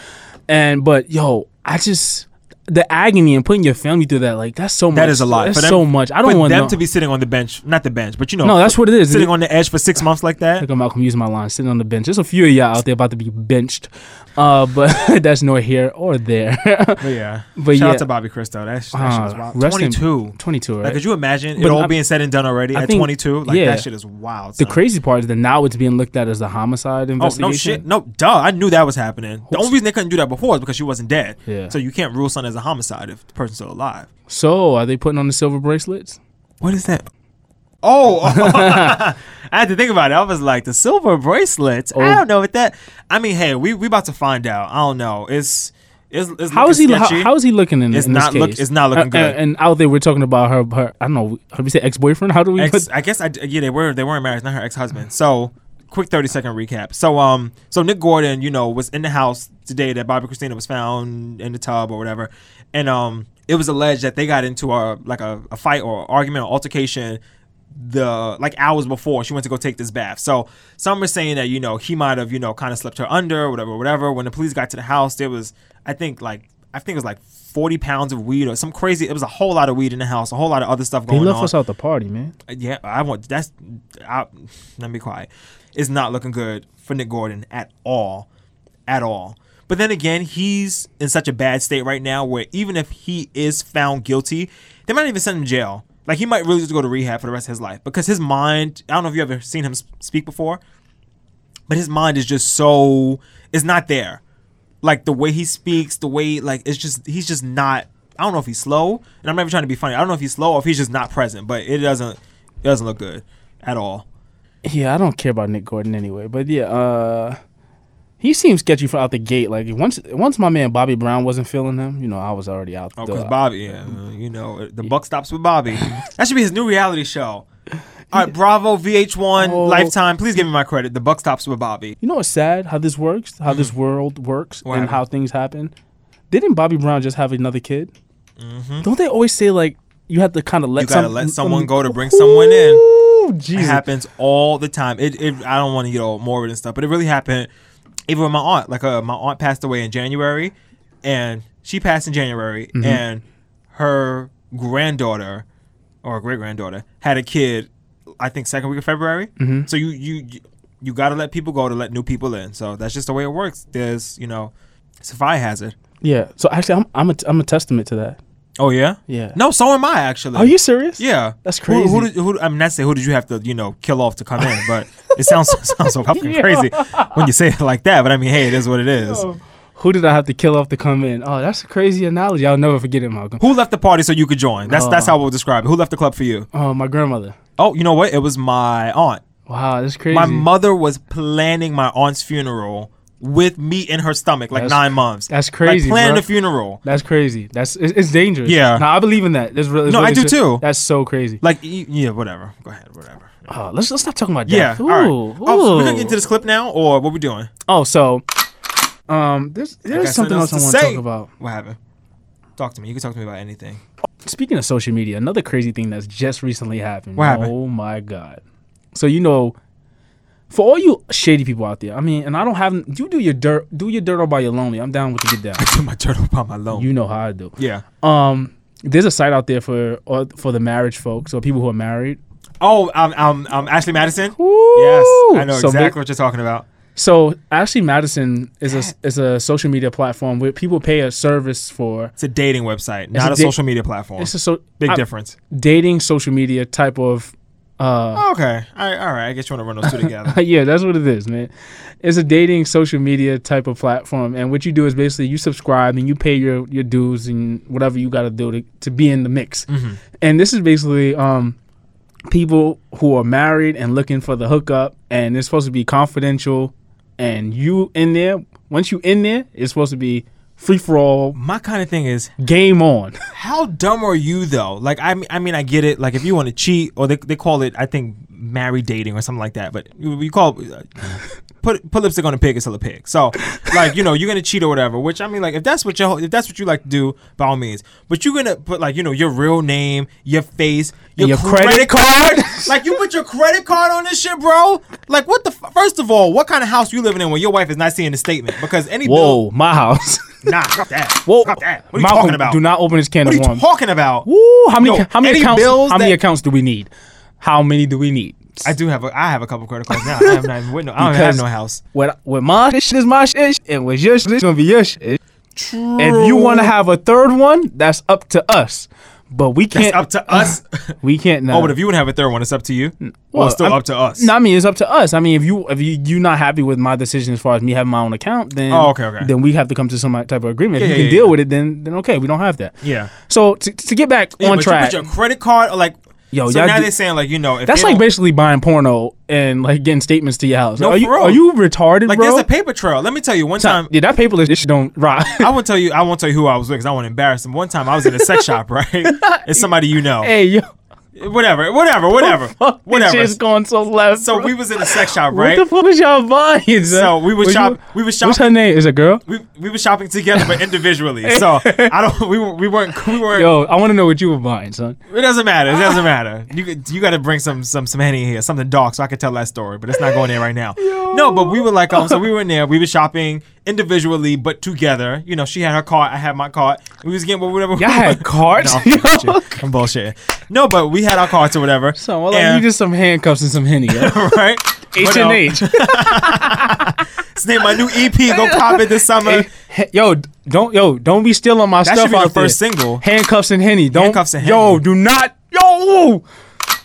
S5: And but yo, I just the agony and putting your family through that like that's so much.
S7: That is a lot.
S5: That's
S7: For them-
S5: so much. I don't
S7: for
S5: want
S7: them
S5: no-
S7: to be sitting on the bench, not the bench, but you know,
S5: No, that's what it is.
S7: Sitting on the edge for six months like that.
S5: Look at Malcolm using my line, sitting on the bench. There's a few of y'all out there about to be benched, uh, but that's nor here or there.
S7: But Oh, yeah,
S5: But
S7: shout
S5: yeah.
S7: out to Bobby Christo. That, sh- that shit is
S5: Uh,
S7: wild.
S5: rest in-
S7: Twenty-two.
S5: 22, right?
S7: Like, could you imagine it
S5: But
S7: all
S5: I-
S7: being said and done already
S5: I
S7: at
S5: think-
S7: 22? Like,
S5: yeah.
S7: that shit is wild.
S5: the
S7: son.
S5: crazy part is that now it's being looked at as a homicide
S7: Oh no
S5: investigation.
S7: shit! No, duh! I knew that was happening. The only reason they couldn't do that before is because she wasn't dead.
S5: Yeah.
S7: So you can't rule something as a homicide if the person's still alive.
S5: So are they putting on the silver bracelets?
S7: What is that? Oh, I had to think about it. I was like, the silver
S5: Oh.
S7: bracelets. I don't know what that. I mean, hey, we we about to find out. I don't know. It's it's, it's
S5: How is he?
S7: looking
S5: How,
S7: sketchy.
S5: how is he looking in,
S7: It's
S5: in this
S7: not look-
S5: case?
S7: it's not looking
S5: Uh,
S7: good.
S5: And, and out there, we're talking about her. Her, I don't know. How do we say ex boyfriend? How do we?
S7: Ex,
S5: put-
S7: I guess I yeah they were they weren't married, not her ex husband. So quick thirty second recap. So um so Nick Gordon you know was in the house the day that Bobby Christina was found in the tub or whatever, and um it was alleged that they got into a like a, a fight or argument or altercation the like hours before she went to go take this bath. So some were saying that you know he might have you know kind of slept her under whatever whatever. When the police got to the house, there was I think like I think it was like. 40 pounds of weed or some crazy it was a whole lot of weed in the house a whole lot of other stuff
S5: They
S7: going on
S5: left us out the party, man.
S7: yeah, I want that's. I, let me be quiet. It's not looking good for Nick Gordon at all, at all. But then again, he's in such a bad state right now where even if he is found guilty, they might not even send him to jail. Like he might really just go to rehab for the rest of his life because his mind. I don't know if you ever seen him s- speak before, but his mind is just so it's not there. Like the way he speaks, the way like it's just he's just not. I don't know if he's slow, and I'm never trying to be funny. I don't know if he's slow or if he's just not present, but it doesn't it doesn't look good at all.
S5: Yeah, I don't care about Nick Gordon anyway. But yeah, uh, he seems sketchy from out the gate. Like once, once my man Bobby Brown wasn't feeling him, you know, I was already out.
S7: Oh,
S5: the-
S7: because Bobby, yeah, you know, the buck stops with Bobby. That should be his new reality show. All right, Bravo, VH1,
S5: Oh.
S7: Lifetime. Please give me my credit. The buck stops with Bobby.
S5: You know what's sad? How this works? How this world works,
S7: Mm-hmm. What
S5: and
S7: happened?
S5: how things happen. Didn't Bobby Brown just have another kid? Don't they always say like you have to kind of let
S7: Mm-hmm.
S5: some-
S7: You gotta
S5: mm, um,
S7: let someone go to bring someone in.
S5: Ooh,
S7: It
S5: Jesus.
S7: happens all the time. It, it I don't want to get all morbid and stuff, but it really happened. Even with my aunt, like uh, my aunt passed away in January, and she passed in January, and her granddaughter or great granddaughter had a kid. I think second week of February. So you you you gotta let people go to let new people in. So that's just the way it works. There's you know, it's a fire hazard.
S5: Yeah. So actually, I'm I'm a, I'm a testament to that.
S7: Oh yeah,
S5: Yeah.
S7: No, so am I actually.
S5: Are you serious?
S7: Yeah,
S5: That's
S7: Who, who
S5: crazy.
S7: did, who, I mean, not say who did you have to, you know, kill off to come in, but it sounds sounds so fucking
S5: Yeah.
S7: crazy when you say it like that. But I mean, hey, it is what it is.
S5: Who did I have to kill off to come in? Oh, that's a crazy analogy. I'll never forget it, Malcolm.
S7: Who left the party so you could join? That's that's
S5: Uh.
S7: how we'll describe it. Who left the club for you?
S5: Oh, my grandmother.
S7: Oh, you know what? It was my aunt.
S5: Wow, that's crazy.
S7: My mother was planning my aunt's funeral with meat in her stomach like
S5: That's-
S7: nine months.
S5: that's crazy,
S7: Like planning
S5: bruh.
S7: a funeral.
S5: That's crazy. That's it's, it's dangerous.
S7: Yeah.
S5: No, I believe in that. That's really, it's
S7: No, I
S5: really
S7: do
S5: shit-
S7: too.
S5: That's so crazy.
S7: Like y- yeah, whatever. Go ahead, whatever.
S5: Uh, let's let's stop talking about
S7: Yeah.
S5: death.
S7: all right.
S5: Ooh,
S7: Oh, so we're gonna
S5: ooh.
S7: get into this clip now, or what we doing?
S5: Oh, so um, there's
S7: I
S5: there's
S7: got
S5: something else I want to
S7: say.
S5: talk about.
S7: What happened? Talk to me. You can talk to me about anything.
S5: Speaking of social media, another crazy thing that's just recently happened.
S7: What happened?
S5: Oh my god! So you know, for all you shady people out there, I mean, and I don't have you do your dirt, do your dirt all by your lonely. I'm down with the get down.
S7: Do my turtle by my loan.
S5: You know how I do.
S7: yeah.
S5: Um, there's a site out there for or, for the marriage folks or people who are married.
S7: Oh, I'm I'm, I'm Ashley Madison.
S5: Ooh.
S7: Yes, I know
S5: So
S7: exactly
S5: ba-
S7: what you're talking about.
S5: So Ashley Madison is a is a social media platform where people pay a service for.
S7: It's a dating website, not
S5: a
S7: a,
S5: da-
S7: social media platform.
S5: It's a so
S7: Big
S5: I-
S7: difference.
S5: dating social media type of. Uh,
S7: Okay. All right. All right. I guess you want to run those two together.
S5: yeah, that's what it is, man. It's a dating social media type of platform, and what you do is basically you subscribe and you pay your your dues and whatever you got to do to to be in the mix.
S7: Mm-hmm.
S5: And this is basically um, people who are married and looking for the hookup, and it's supposed to be confidential. And you in there, once you in there, it's supposed to be free for all,
S7: My kind of thing is,
S5: game on.
S7: how dumb are you though? Like, I mean, I mean, I get it. Like, if you want to cheat, or they, they call it, I think, married dating or something like that. But you, you call uh, put put lipstick on a pig, it's still a pig. So, like, you know, you're gonna cheat or whatever. Which I mean, like, if that's what you if that's what you like to do, by all means. But you're gonna put like, you know, your real name, your face, your,
S5: your credit
S7: credit, card. like, you put your credit card on this shit, bro. Like, what the? F- First of all, what kind of house you living in when your wife is not seeing the statement? Because any bill-
S5: Whoa, my house.
S7: nah, stop that.
S5: Whoa,
S7: stop that. What are you
S5: Malcolm,
S7: talking about?
S5: Do not open this can
S7: What are
S5: of
S7: you
S5: worms.
S7: talking about?
S5: Woo, how many
S7: Yo,
S5: how many
S7: any
S5: accounts
S7: bills
S5: how many
S7: that-
S5: accounts do we need? How many do we need?
S7: I do have a I have a couple credit cards now. I have not even witnessed. I don't even have
S5: Because
S7: no house.
S5: What what my shit is my shit and what's your shit is gonna be your shit. If you want to have a third one, that's up to us. But we
S7: It's
S5: can't.
S7: up to us.
S5: We can't. Nah.
S7: oh, but if you would have a third one, it's up to you. Well, it's still
S5: I'm-
S7: up to us.
S5: No, I mean it's up to us. I mean, if you if you you not happy with my decision as far as me having my own account, then
S7: Oh, okay, okay.
S5: then we have to come to some type of agreement. if
S7: Yeah,
S5: you
S7: yeah,
S5: can
S7: yeah,
S5: deal
S7: yeah.
S5: with it, then then okay, we don't have that.
S7: Yeah.
S5: So to, to get back
S7: Yeah,
S5: on
S7: but
S5: track,
S7: You put your credit card or like.
S5: Yo,
S7: so
S5: y'all
S7: now
S5: do-
S7: they're saying like you know if
S5: That's
S7: they
S5: like
S7: don't-
S5: basically buying porno and like getting statements to your house.
S7: No,
S5: are you
S7: for real.
S5: are you retarded,
S7: like
S5: bro?
S7: there's a paper trail. Let me tell you one time.
S5: yeah, that paperless shit don't rock.
S7: I won't tell you. I won't tell you who I was with because I won't embarrass them. One time I was in a sex shop, right? It's somebody you know.
S5: hey, yo,
S7: Whatever, whatever, whatever,
S5: fuck, this
S7: whatever.
S5: shit's going so left.
S7: So
S5: bro.
S7: we was in a sex shop,
S5: what
S7: right?
S5: the fuck was y'all buying?
S7: So we would
S5: Was
S7: shop- we would shop-
S5: What's her name? Is it a girl?
S7: we, we were shopping together, but individually. So I don't. We were- we weren't. We weren't.
S5: Yo, I want to know what you were buying, son.
S7: It doesn't matter. It doesn't matter. You could- you got to bring some some some henny here, something dark, so I could tell that story. But it's not going there right now. No, but we were like, um, so we were in there. We were shopping individually, but together. You know, she had her cart, I had my cart. We was getting whatever.
S5: Y'all had cards?
S7: No, I'm, bullshitting. I'm bullshitting. No, but we had our carts or whatever.
S5: So well, like,
S7: And-
S5: you just some handcuffs and some henny. yo.
S7: right.
S5: H
S7: But,
S5: and
S7: um,
S5: H.
S7: It's named my new EP. Go cop it this summer.
S5: Hey, Yo, d- don't yo, don't be stealing my
S7: That
S5: stuff
S7: should be
S5: out
S7: your first
S5: there.
S7: single.
S5: Handcuffs and henny. Don't
S7: Handcuffs and
S5: Yo,
S7: henny.
S5: do not. Yo,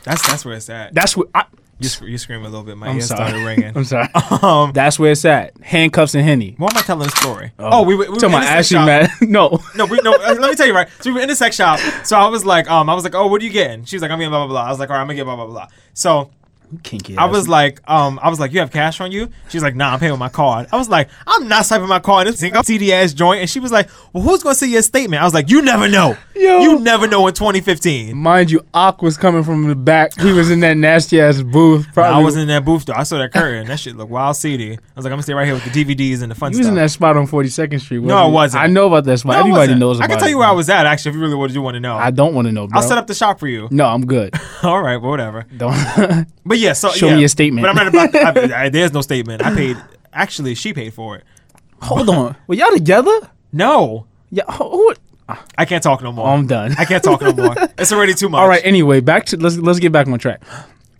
S7: That's that's where it's at.
S5: that's what I.
S7: You, sc- you scream a little bit. My
S5: I'm
S7: ears
S5: sorry.
S7: started ringing.
S5: I'm sorry.
S7: Um,
S5: That's where it's at. Handcuffs and henny.
S7: why am I telling the story? Oh, we, were- we were
S5: Talking
S7: in
S5: about
S7: the sex
S5: Ashley
S7: shop.
S5: Mad. No.
S7: No, we, no. uh, Let me tell you, right? So we were in the sex shop. So I was like, um, I was like, oh, what are you getting? She was like, I'm getting blah blah blah. I was like, all right, I'm gonna get blah blah blah. So
S5: Kinky.
S7: I was like, um, I was like, you have cash on you? She's like, nah, I'm paying with my card. I was like, I'm not swiping my card. in This single CD ass joint. And she was like, well, who's gonna see your statement? I was like, you never know.
S5: Yo.
S7: You never know in 2015.
S5: mind you, Aqu was coming from the back. He was in that nasty ass booth. Probably.
S7: I was in that booth though. I saw that curtain. That shit looked wild CD. I was like, I'm gonna stay right here with the DVDs and the fun
S5: He was
S7: stuff.
S5: in that spot on 42nd Street.
S7: No,
S5: wasn't
S7: I
S5: he?
S7: wasn't.
S5: I know about that spot.
S7: No, I
S5: Everybody
S7: wasn't.
S5: knows.
S7: I
S5: About
S7: can tell
S5: it,
S7: you where I
S5: bro.
S7: was at actually. If you really would you want to know,
S5: I don't want to know, bro.
S7: I'll set up the shop for you.
S5: No, I'm good.
S7: All right, well, whatever.
S5: Don't.
S7: But yeah, so
S5: Show
S7: yeah.
S5: me your statement.
S7: But I'm not about. I, I, there's no statement. I paid. Actually, she paid for it.
S5: Hold on. Were y'all together?
S7: No,
S5: Yeah. who- who-
S7: I can't talk no more.
S5: I'm done.
S7: I can't talk no more. It's already too much.
S5: All right. Anyway, back to let's let's get back on track.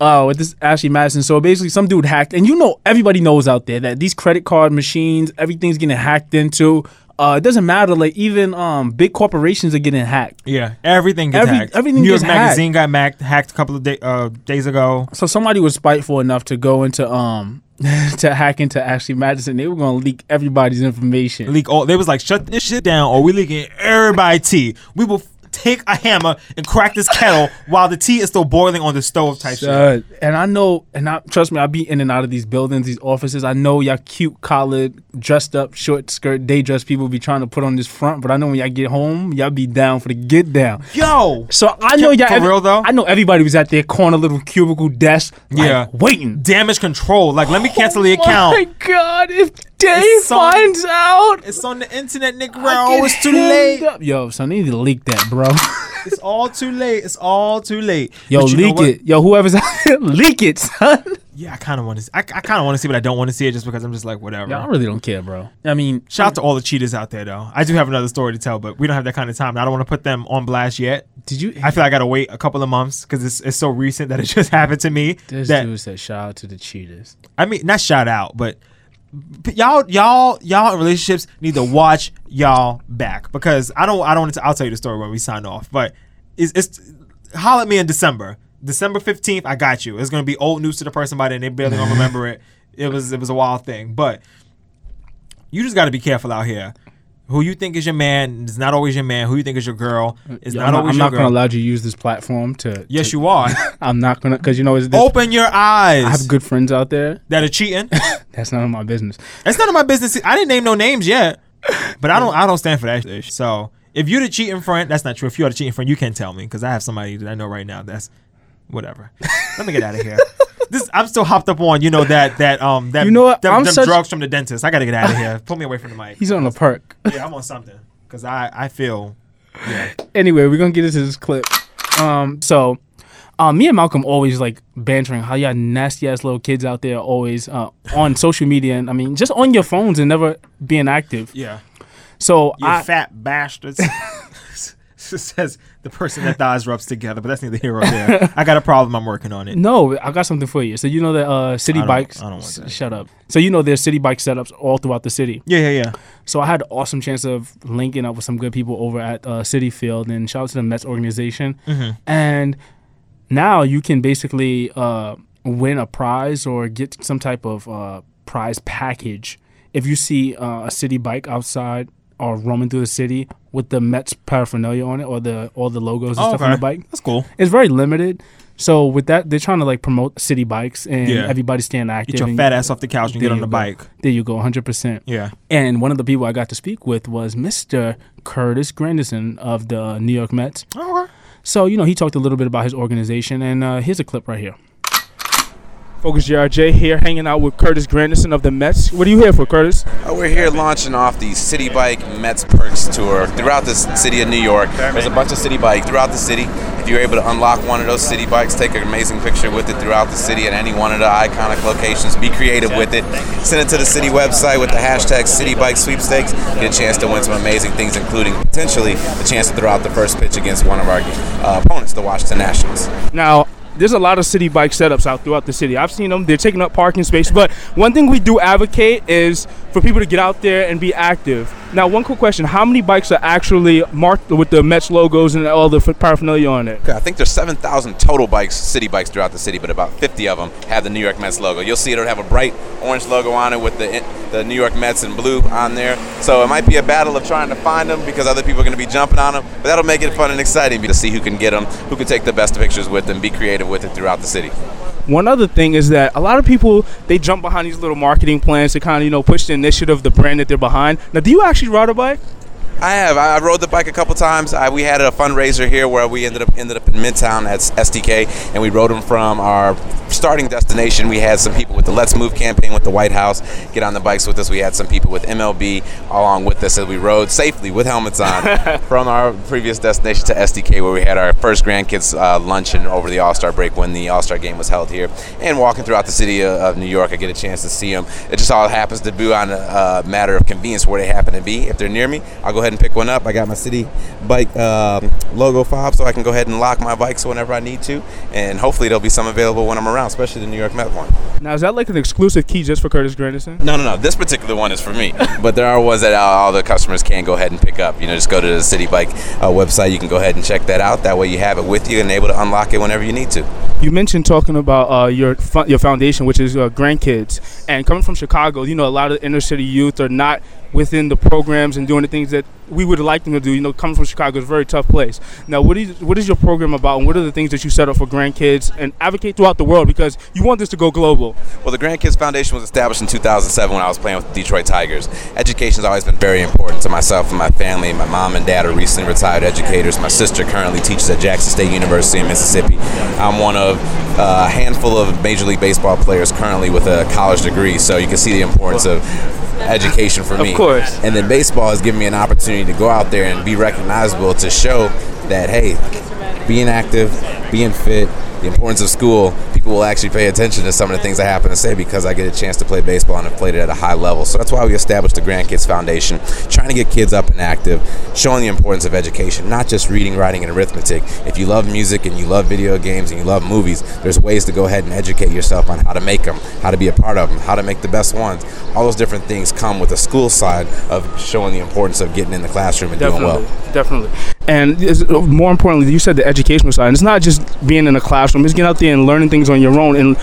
S5: Uh, with this Ashley Madison. So basically, some dude hacked, and you know everybody knows out there that these credit card machines, everything's getting hacked into. Uh, it doesn't matter. Like even um, big corporations are getting hacked.
S7: Yeah, everything gets
S5: Every-
S7: hacked.
S5: everything
S7: New
S5: gets
S7: York Magazine got macked, hacked a couple of day, uh, days ago.
S5: So somebody was spiteful enough to go into um to hack into Ashley Madison. They were gonna leak everybody's information.
S7: Leak all. They was like, shut this shit down, or we leaking everybody tea. We will. f- take a hammer and crack this kettle while the tea is still boiling on the stove type shit.
S5: Uh, and I know, and I trust me, I be in and out of these buildings, these offices. I know y'all cute collared, dressed up, short skirt, day dress people be trying to put on this front, but I know when y'all get home, y'all be down for the get down.
S7: Yo,
S5: So I know y'all
S7: For real, though?
S5: I know everybody was at their corner little cubicle desk, like,
S7: Yeah.
S5: waiting. Oh
S7: damage control. Like, let me cancel the
S5: My
S7: account.
S5: God, if Dave
S7: It's so-
S5: finds out,
S7: It's on the internet, Nick
S5: I
S7: Brown.
S5: get
S7: It's too
S5: hemmed
S7: late.
S5: up. Yo, son, they need to leak that, bro.
S7: It's all too late. It's all too late.
S5: Yo,
S7: But you know
S5: leak
S7: what?
S5: it. Yo, whoever's out here, leak it, son.
S7: Yeah, I kind of want to. I, I kind of want to see, but I don't want to see it just because I'm just like whatever.
S5: Yo, I really don't care, bro. I mean,
S7: Shout out to all the cheaters out there, though. I do have another story to tell, but we don't have that kind of time. and I don't want to put them on blast yet.
S5: did you?
S7: I feel I gotta wait a couple of months because it's, it's so recent that it just happened to me.
S5: this
S7: that
S5: dude said, "Shout out to the cheaters."
S7: I mean, not shout out, but, but y'all, y'all, y'all in relationships need to watch y'all back because I don't, I don't. I'll tell you the story when we sign off. But it's, it's holler at me in December, December fifteenth. I got you. It's gonna be old news to the person by then. They barely gonna remember it. It was, it was a wild thing. But you just gotta be careful out here. Who you think is your man is not always your man. Who you think is your girl is
S5: Yo,
S7: not
S5: I'm not,
S7: always
S5: I'm
S7: your
S5: not
S7: girl.
S5: gonna allow you to use this platform to.
S7: yes,
S5: to-
S7: you are.
S5: I'm not gonna because you know it's this,
S7: Open your eyes.
S5: I have good friends out there.
S7: that are cheating.
S5: That's none of my business.
S7: It's none of my business. I didn't name no names yet, but I don't. I don't stand for that. Ish. So if you're the cheating friend, that's not true. If you are the cheating friend, you can tell me because I have somebody that I know right now. That's whatever. Let me get out of here. This I'm still hopped up on. You know that that um that
S5: You know what?
S7: them,
S5: I'm
S7: them
S5: such-
S7: drugs from the dentist. I gotta get out of here. Pull me away from the mic.
S5: He's on a perk.
S7: yeah, I'm on something because I I feel
S5: anyway, we're gonna get into this clip. Um, so, um, me and Malcolm always like bantering how y'all nasty ass little kids out there always uh, on social media and I mean just on your phones and never being active.
S7: yeah.
S5: So
S7: You
S5: I
S7: fat bastards. Says the person that thighs rubs together, but that's neither here or there. I got a problem. I'm working on it.
S5: no, I got something for you. So you know that uh, city
S7: I don't-
S5: bikes.
S7: I don't want that.
S5: Shut up. So you know there's city bike setups all throughout the city.
S7: Yeah, yeah, yeah.
S5: So I had the awesome chance of linking up with some good people over at uh, City Field, and shout out to the Mets organization.
S7: Mm-hmm.
S5: And now you can basically uh, win a prize or get some type of uh, prize package if you see uh, a city bike outside or roaming through the city with the Mets paraphernalia on it or the all the logos and
S7: Oh,
S5: stuff on
S7: okay.
S5: the bike.
S7: That's cool.
S5: It's very limited. So with that, they're trying to like promote city bikes and
S7: Yeah.
S5: everybody staying active.
S7: Get your
S5: and-
S7: fat ass off the couch and
S5: There
S7: get on
S5: you
S7: the
S5: go.
S7: bike.
S5: There you go, hundred percent.
S7: Yeah.
S5: And one of the people I got to speak with was Mr. Curtis Grandison of the New York Mets. So, you know, he talked a little bit about his organization, and uh, here's a clip right here. Focus JRJ here, hanging out with Curtis Grandison of the Mets. What are you here for, Curtis?
S8: Uh, We're here launching off the City Bike Mets Perks Tour throughout the s- city of New York. There's a bunch of city bikes throughout the city. If you're able to unlock one of those city bikes, take an amazing picture with it throughout the city at any one of the iconic locations. Be creative with it. Send it to the city website with the hashtag City Bike Sweepstakes. Get a chance to win some amazing things, including potentially the chance to throw out the first pitch against one of our uh, opponents, the Washington Nationals.
S5: Now, there's a lot of city bike setups out throughout the city. I've seen them. They're taking up parking space. But one thing we do advocate is for people to get out there and be active. Now, one quick question. How many bikes are actually marked with the Mets logos and all the paraphernalia on it?
S8: Okay, I think there's 7,000 total bikes, city bikes throughout the city, but about 50 of them have the New York Mets logo. You'll see it'll have a bright orange logo on it with the the New York Mets in blue on there. So it might be a battle of trying to find them because other people are going to be jumping on them, but that'll make it fun and exciting to see who can get them, who can take the best pictures with them, be creative with it throughout the city.
S5: One other thing is that a lot of people they jump behind these little marketing plans to kind of you know push the initiative, the brand that they're behind. Now, do you actually ride a bike?
S8: I have. I I rode the bike a couple times. I, we had a fundraiser here where we ended up ended up in Midtown at SDK, and we rode them from our starting destination. We had some people with the Let's Move campaign with the White House get on the bikes with us. We had some people with MLB along with us as we rode safely with helmets on from our previous destination to SDK, where we had our first grandkids uh, luncheon over the All Star break when the All Star game was held here. And walking throughout the city uh, of, of New York, I get a chance to see them. It just all happens to be on a, uh matter of convenience where they happen to be. If they're near me, I'll go ahead and pick one up. I got my city bike um logo fob, so I can go ahead and lock my bikes whenever I need to. And hopefully, there'll be some available when I'm around, especially the New York Met one.
S5: Now, is that like an exclusive key just for Curtis Grandison?
S8: No, no, no. This particular one is for me. But there are ones that uh, all the customers can go ahead and pick up. You know, just go to the City Bike uh, website. You can go ahead and check that out. That way, you have it with you and able to unlock it whenever you need to.
S5: You mentioned talking about uh, your fu- your foundation, which is uh, grandkids, and coming from Chicago, you know a lot of inner city youth are not within the programs and doing the things that
S9: we would like them to do. You know, coming from Chicago is a very tough place. Now, what is what is your program about, and what are the things that you set up for grandkids and advocate throughout the world because you want this to go global?
S8: Well, the Grand Kids Foundation was established in 2007 when I was playing with the Detroit Tigers. Education's always been very important to myself and my family. My mom and dad are recently retired educators. My sister currently teaches at Jackson State University in Mississippi. I'm one of uh, a handful of Major League Baseball players currently with a college degree, so you can see the importance of education for me.
S9: course.
S8: And then baseball has given me an opportunity to go out there and be recognizable to show that, hey, being active, being fit, the importance of school, people will actually pay attention to some of the things I happen to say because I get a chance to play baseball and have played it at a high level. So that's why we established the Grand Kids Foundation, trying to get kids up and active, showing the importance of education, not just reading, writing, and arithmetic. If you love music and you love video games and you love movies, there's ways to go ahead and educate yourself on how to make them, how to be a part of them, how to make the best ones. All those different things come with the school side of showing the importance of getting in the classroom and doing well.
S9: definitely. And is- more importantly, you said the educational side. And it's not just being in a classroom; it's getting out there and learning things on your own and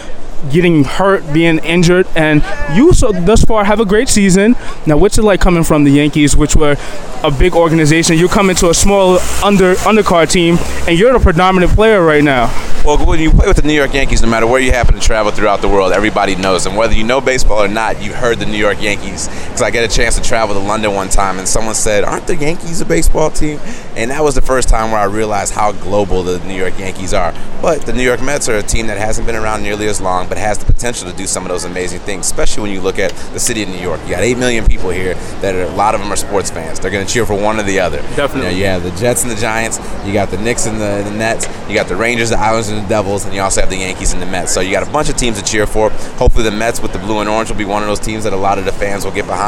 S9: getting hurt, being injured. And you so thus far have a great season. Now, what's it like coming from the Yankees, which were a big organization? You're coming to a small under undercard team, and you're the predominant player right now.
S8: Well, when you play with the New York Yankees, no matter where you happen to travel throughout the world, everybody knows them. Whether you know baseball or not, you've heard the New York Yankees. Because I got a chance to travel to London one time, and someone said, "Aren't the Yankees a baseball team?" And that was the first time where I realized how global the New York Yankees are. But the New York Mets are a team that hasn't been around nearly as long, but has the potential to do some of those amazing things. Especially when you look at the city of New York, you got eight million people here. That are, a lot of them are sports fans. They're going to cheer for one or the other.
S9: Definitely.
S8: You know, you you have the Jets and the Giants. You got the Knicks and the, the Nets. You got the Rangers, the Islanders, and the Devils. And you also have the Yankees and the Mets. So you got a bunch of teams to cheer for. Hopefully, the Mets with the blue and orange will be one of those teams that a lot of the fans will get behind.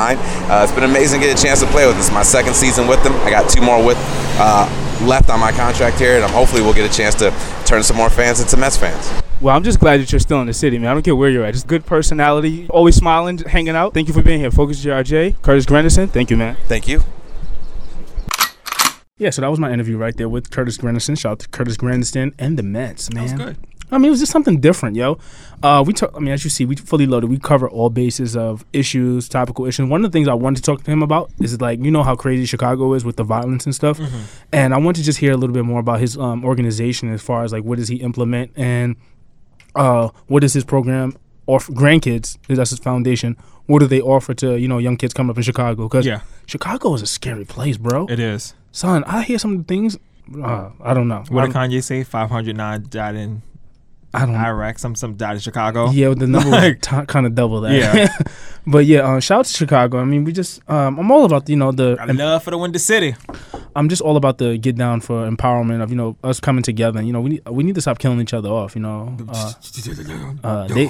S8: Uh, it's been amazing to get a chance to play with. This is my second season with them. I got two more with uh, left on my contract here, and I'm hopefully we'll get a chance to turn some more fans into Mets fans.
S9: Well, I'm just glad that you're still in the city, man. I don't care where you're at. Just good personality, always smiling, hanging out. Thank you for being here. Focus JRJ, Curtis Grandison. Thank you, man.
S8: Thank you.
S5: Yeah, so that was my interview right there with Curtis Grandison. Shout out to Curtis Grandison and the Mets, man. I mean, it was just something different, yo. Uh, we talk. I mean, as you see, we fully loaded. We cover all bases of issues, topical issues. One of the things I wanted to talk to him about is like you know how crazy Chicago is with the violence and stuff,
S7: Mm-hmm.
S5: and I want to just hear a little bit more about his um, organization as far as like what does he implement and uh, what is his program or grandkids? 'cause That's his foundation. What do they offer to you know young kids coming up in Chicago? Because
S7: Yeah.
S5: Chicago is a scary place, bro.
S7: It is.
S5: Son, I hear some of the things. Uh, I don't know.
S7: What
S5: I,
S7: did Kanye say? 509 died in
S5: I don't.
S7: Iraq. Some some died in Chicago.
S5: yeah, the number
S7: Like-
S5: was kind of double that.
S7: Yeah.
S5: but yeah, uh, shout out to Chicago. I mean, we just. Um, I'm all about you know the.
S7: I love for the Windy City.
S5: I'm just all about the get down for empowerment of you know us coming together. And, you know, we need we need to stop killing each other off. You know, uh, uh, they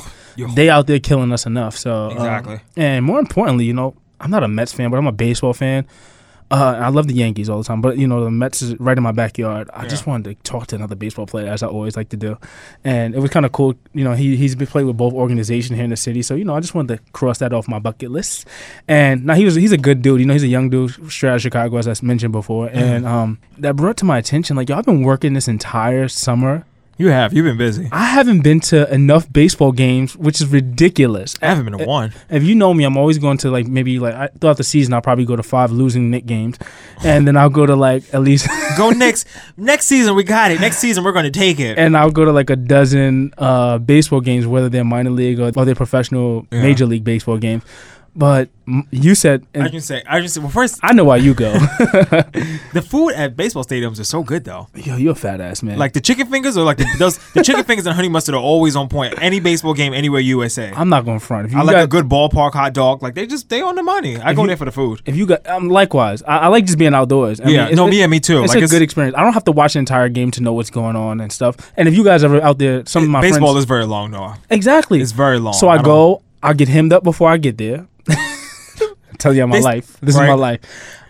S5: they out there killing us enough. So uh,
S7: Exactly.
S5: and more importantly, you know, I'm not a Mets fan, but I'm a baseball fan. Uh, and I love the Yankees all the time, but you know the Mets is right in my backyard. I just wanted to talk to another baseball player, as I always like to do, and it was kind of cool. You know, he he's been played with both organizations here in the city, so you know I just wanted to cross that off my bucket list. And now he was he's a good dude. You know, he's a young dude straight out of Chicago, as I mentioned before, and um, that brought to my attention like y'all been working this entire summer.
S7: You have. You've been busy.
S5: I haven't been to enough baseball games, which is ridiculous.
S7: I haven't been to one.
S5: If you know me, I'm always going to like maybe like I, throughout the season I'll probably go to five losing Nick games, and then I'll go to like at least,
S7: Go next. next season, we got it. Next season, we're going to take it.
S5: and I'll go to like a dozen uh, baseball games, whether they're minor league or, or they're professional major league baseball games. But mm, you said,
S7: I
S5: and
S7: can say, I can say, well, first,
S5: I know why you go.
S7: the food at baseball stadiums is so good, though.
S5: Yo, you're a fat ass man.
S7: Like the chicken fingers, or like the, those, the chicken fingers and honey mustard are always on point. Any baseball game, anywhere USA. i
S5: I'm not going to front. If you
S7: like
S5: got,
S7: a good ballpark hot dog. Like they just they on the money. I go there for the food.
S5: If you got, um, likewise, I, I like just being outdoors. I
S7: Yeah,
S5: it's-
S7: no, me-
S5: it-
S7: yeah, me too.
S5: It's
S7: Like,
S5: a
S7: it's-
S5: good experience. I don't have to watch the entire game to know what's going on and stuff. And if you guys ever out there, some of my
S7: Baseball
S5: friends,
S7: is very long, Noah.
S5: exactly,
S7: It's very long.
S5: So I,
S7: I don't-
S5: go, I get hemmed up before I get there. Tell you my
S7: This-
S5: life. This is my
S7: right.
S5: life.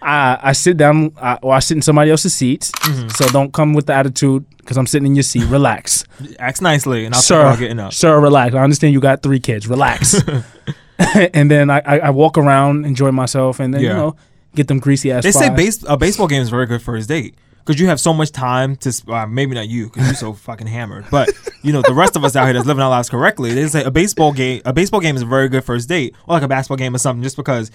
S5: I I sit down, I, or I sit in somebody else's seats.
S7: Mm-hmm.
S5: So don't come with the attitude because I'm sitting in your seat. Relax,
S7: Acts nicely, and I'll
S5: sir.
S7: start getting up.
S5: Sir, relax. I understand you got three kids. Relax. and then I, I, I walk around, enjoy myself, and then you
S7: Yeah.
S5: know. Get them greasy ass.
S7: They say
S5: fries.
S7: base, a baseball game is very good for his date because you have so much time to. sp- Uh, maybe not you because you're so fucking hammered, but you know the rest of us out here that's living our lives correctly. They say a baseball game, a baseball game is a very good first date, or like a basketball game or something, just because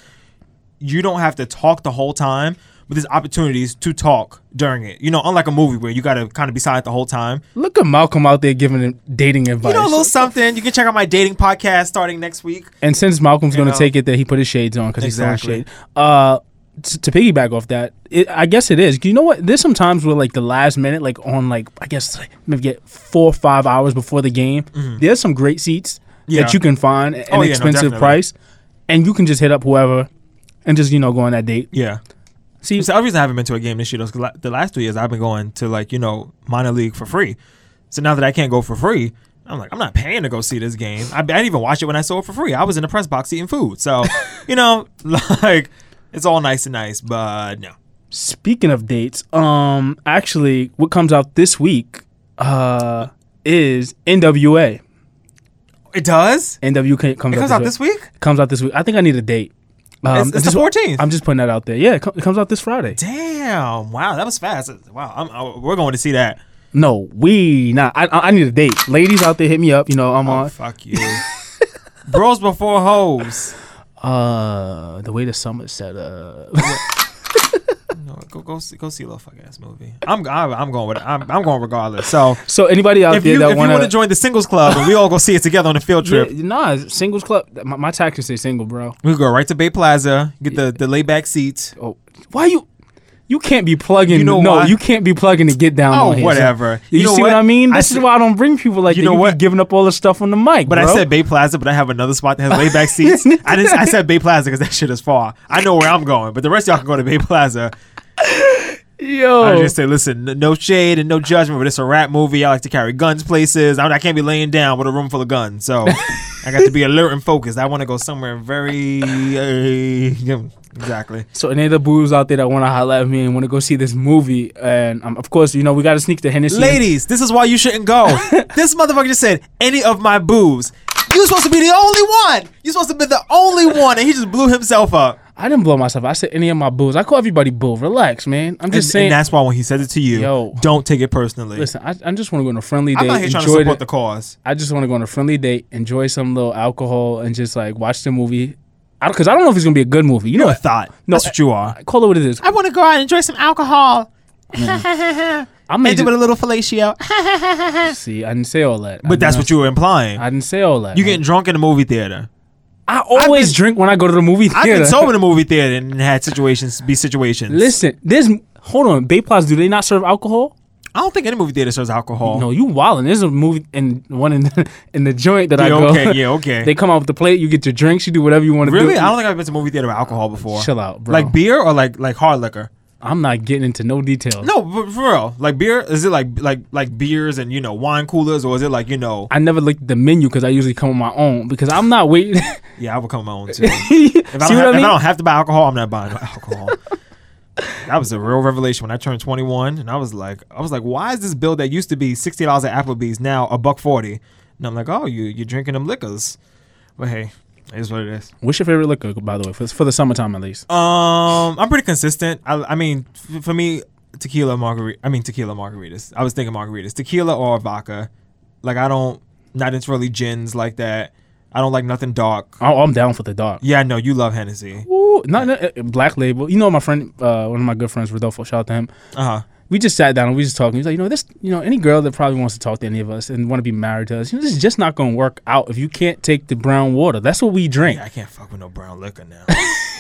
S7: you don't have to talk the whole time. but there's opportunities to talk during it. You know, unlike a movie where you got to kind of be silent the whole time.
S5: Look at Malcolm out there giving him dating advice.
S7: You know, a little something. You can check out my dating podcast starting next week.
S5: and since Malcolm's going to
S7: know.
S5: take it that he put his shades on because
S7: Exactly.
S5: he's throwing shade. Uh, t- to piggyback off that, it, I guess it is. You know what? There's some times where like the last minute, like on like I guess like, maybe get four or five hours before the game. There's some great seats
S7: Mm-hmm. Yeah.
S5: that you can find at an
S7: Oh, yeah, no,
S5: expensive
S7: definitely.
S5: price, and you can just hit up whoever, and just you know go on that date.
S7: Yeah.
S5: See,
S7: It's the other reason I haven't been to a game this year. Though, is 'cause la- the last two years I've been going to like you know minor league for free. So now that I can't go for free, I'm like I'm not paying to go see this game. I, I didn't even watch it when I saw it for free. I was in the press box eating food. So you know, like it's all nice and nice, but no.
S5: Speaking of dates, um, actually, what comes out this week, uh, is NWA.
S7: It does.
S5: NWA comes,
S7: It comes out this week.
S5: Comes out this week. I think I need a date. Um,
S7: It's- it's the
S5: just-
S7: 14th.
S5: I'm just putting that out there. Yeah, it, com- it comes out this Friday.
S7: Damn! Wow, that was fast. Wow, I'm, I, we're going to see that.
S5: No, we not. I, I I need a date. Ladies out there, hit me up. You know, I'm
S7: Oh,
S5: on.
S7: fuck you. Bros before hoes.
S5: Uh, the way the summer set up.
S7: No, go go see, go see a little fuck ass movie. I'm I'm, I'm going with it. I'm, I'm going regardless. So.
S5: so anybody out
S7: if
S5: there
S7: you,
S5: that
S7: if you
S5: want
S7: want to join the singles club and we all go see it together on a field trip,
S5: nah, singles club. My, my taxes say single, bro.
S7: we go right to Bay Plaza, get the the lay back seats.
S5: Oh, why you? You can't be plugging.
S7: You know
S5: no,
S7: why?
S5: you can't be plugging to get down.
S7: Oh,
S5: on here, son.
S7: whatever.
S5: You,
S7: You know
S5: see what?
S7: what?
S5: I mean?
S7: I
S5: This is
S7: said-
S5: why I don't bring people like
S7: You
S5: that.
S7: know
S5: you be
S7: what?
S5: giving up all the stuff on the mic,
S7: But
S5: bro.
S7: I said Bay Plaza, but I have another spot that has lay back seats. I just I said Bay Plaza because that shit is far. I know where I'm going, but the rest of y'all can go to Bay Plaza.
S5: yo,
S7: I just say, listen, n- no shade and no judgment, but it's a rap movie. I like to carry guns places. I, I can't be laying down with a room full of guns, so I got to be alert and focused. I want to go somewhere very uh, exactly.
S5: So any of the boos out there that want to holler at me and want to go see this movie, and um, of course, you know we got to sneak the Hennessy. and-
S7: Ladies, this is why you shouldn't go. this motherfucker just said, any of my boobs. You're supposed to be the only one. You're supposed to be the only one. And he just blew himself up.
S5: I didn't blow myself. I said any of my boos. I call everybody boo. Relax, man. I'm
S7: And,
S5: just saying.
S7: and that's why when he says it to you,
S5: Yo.
S7: don't take it personally.
S5: listen, I, I just want to go on a friendly
S7: I'm
S5: date.
S7: not here trying to
S5: enjoy
S7: support
S5: the-
S7: the cause.
S5: I just want to go on a friendly date, enjoy some little alcohol, and just like watch the movie. I because I don't know if it's gonna be a good movie. You know,
S7: You're a
S5: what?
S7: thought.
S5: No,
S7: that's what you are.
S5: call it what it is.
S7: want to go out and enjoy some alcohol.
S5: I made it.
S7: a little fellatio.
S5: See, I didn't say all that.
S7: But that's what you were implying.
S5: I didn't say all that.
S7: you getting drunk in the movie theater.
S5: I always drink when I go to the movie
S7: I've
S5: theater.
S7: been sober in the movie theater and had situations be situations.
S5: Listen, there's hold on. Bay Plaza, do they not serve alcohol?
S7: I don't think any movie theater serves alcohol.
S5: No, you wildin'. There's a movie and one in the, in the joint that I
S7: Yeah,
S5: go.
S7: okay, yeah, okay.
S5: They come out with the plate. You get your drinks. You do whatever you want to do.
S7: Really? I don't think I've been to a movie theater with alcohol before.
S5: Chill out, bro.
S7: Like beer or like like hard liquor?
S5: I'm not getting into no details.
S7: No, but for real. Like beer, is it like like like beers and you know wine coolers or is it like you know?
S5: I never looked at the menu because I usually come on my own because I'm not waiting.
S7: Yeah, I would come on my own too. If
S5: See
S7: I,
S5: what
S7: don't have,
S5: I mean?
S7: if I don't have to buy alcohol, I'm not buying no alcohol. that was a real revelation when I turned 21, and I was like, I was like, why is this bill that used to be sixty dollars at Applebee's now a buck forty? And I'm like, oh, you you drinking them liquors? But hey, it is what it is.
S5: What's your favorite liquor, by the way, for, for the summertime at least?
S7: Um, I'm pretty consistent. I, I mean, f- for me, tequila margarita. I mean, tequila margaritas. I was thinking margaritas, tequila or vodka. Like I don't, not into really gins like that. I don't like nothing dark.
S5: Oh, I'm down for the dark.
S7: Yeah, no, you love Hennessy.
S5: Ooh, not, not- uh, black label. You know my friend, uh, one of my good friends, Rodolfo. Shout out to him.
S7: Uh huh.
S5: we just sat down and we just talking. He's like, you know, this, you know, any girl that probably wants to talk to any of us and want to be married to us, you know, this is just not going to work out if you can't take the brown water. That's what we drink.
S7: I can't fuck with no brown liquor now.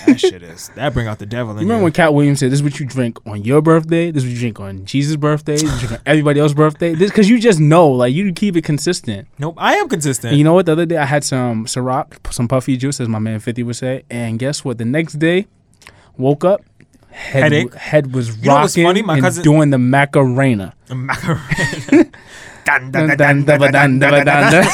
S7: that shit is that bring out the devil in
S5: You remember
S7: you.
S5: when Cat Williams said, "This is what you drink on your birthday. This is what you drink on Jesus' birthday. This is what you drink on everybody else's birthday." This because you just know, like you keep it consistent.
S7: nope, I am consistent.
S5: And you know what? The other day I had some Ciroc, some puffy juice, as my man Fifty would say. And guess what? The next day, woke up, head
S7: Headache.
S5: head was
S7: know what's
S5: rocking
S7: funny? My
S5: and
S7: cousin-
S5: doing the Macarena.
S7: Macarena. Dun, dun, dun,
S5: Dun,
S7: dun, dun, dun, dun, dun, dun, dun.
S5: dun.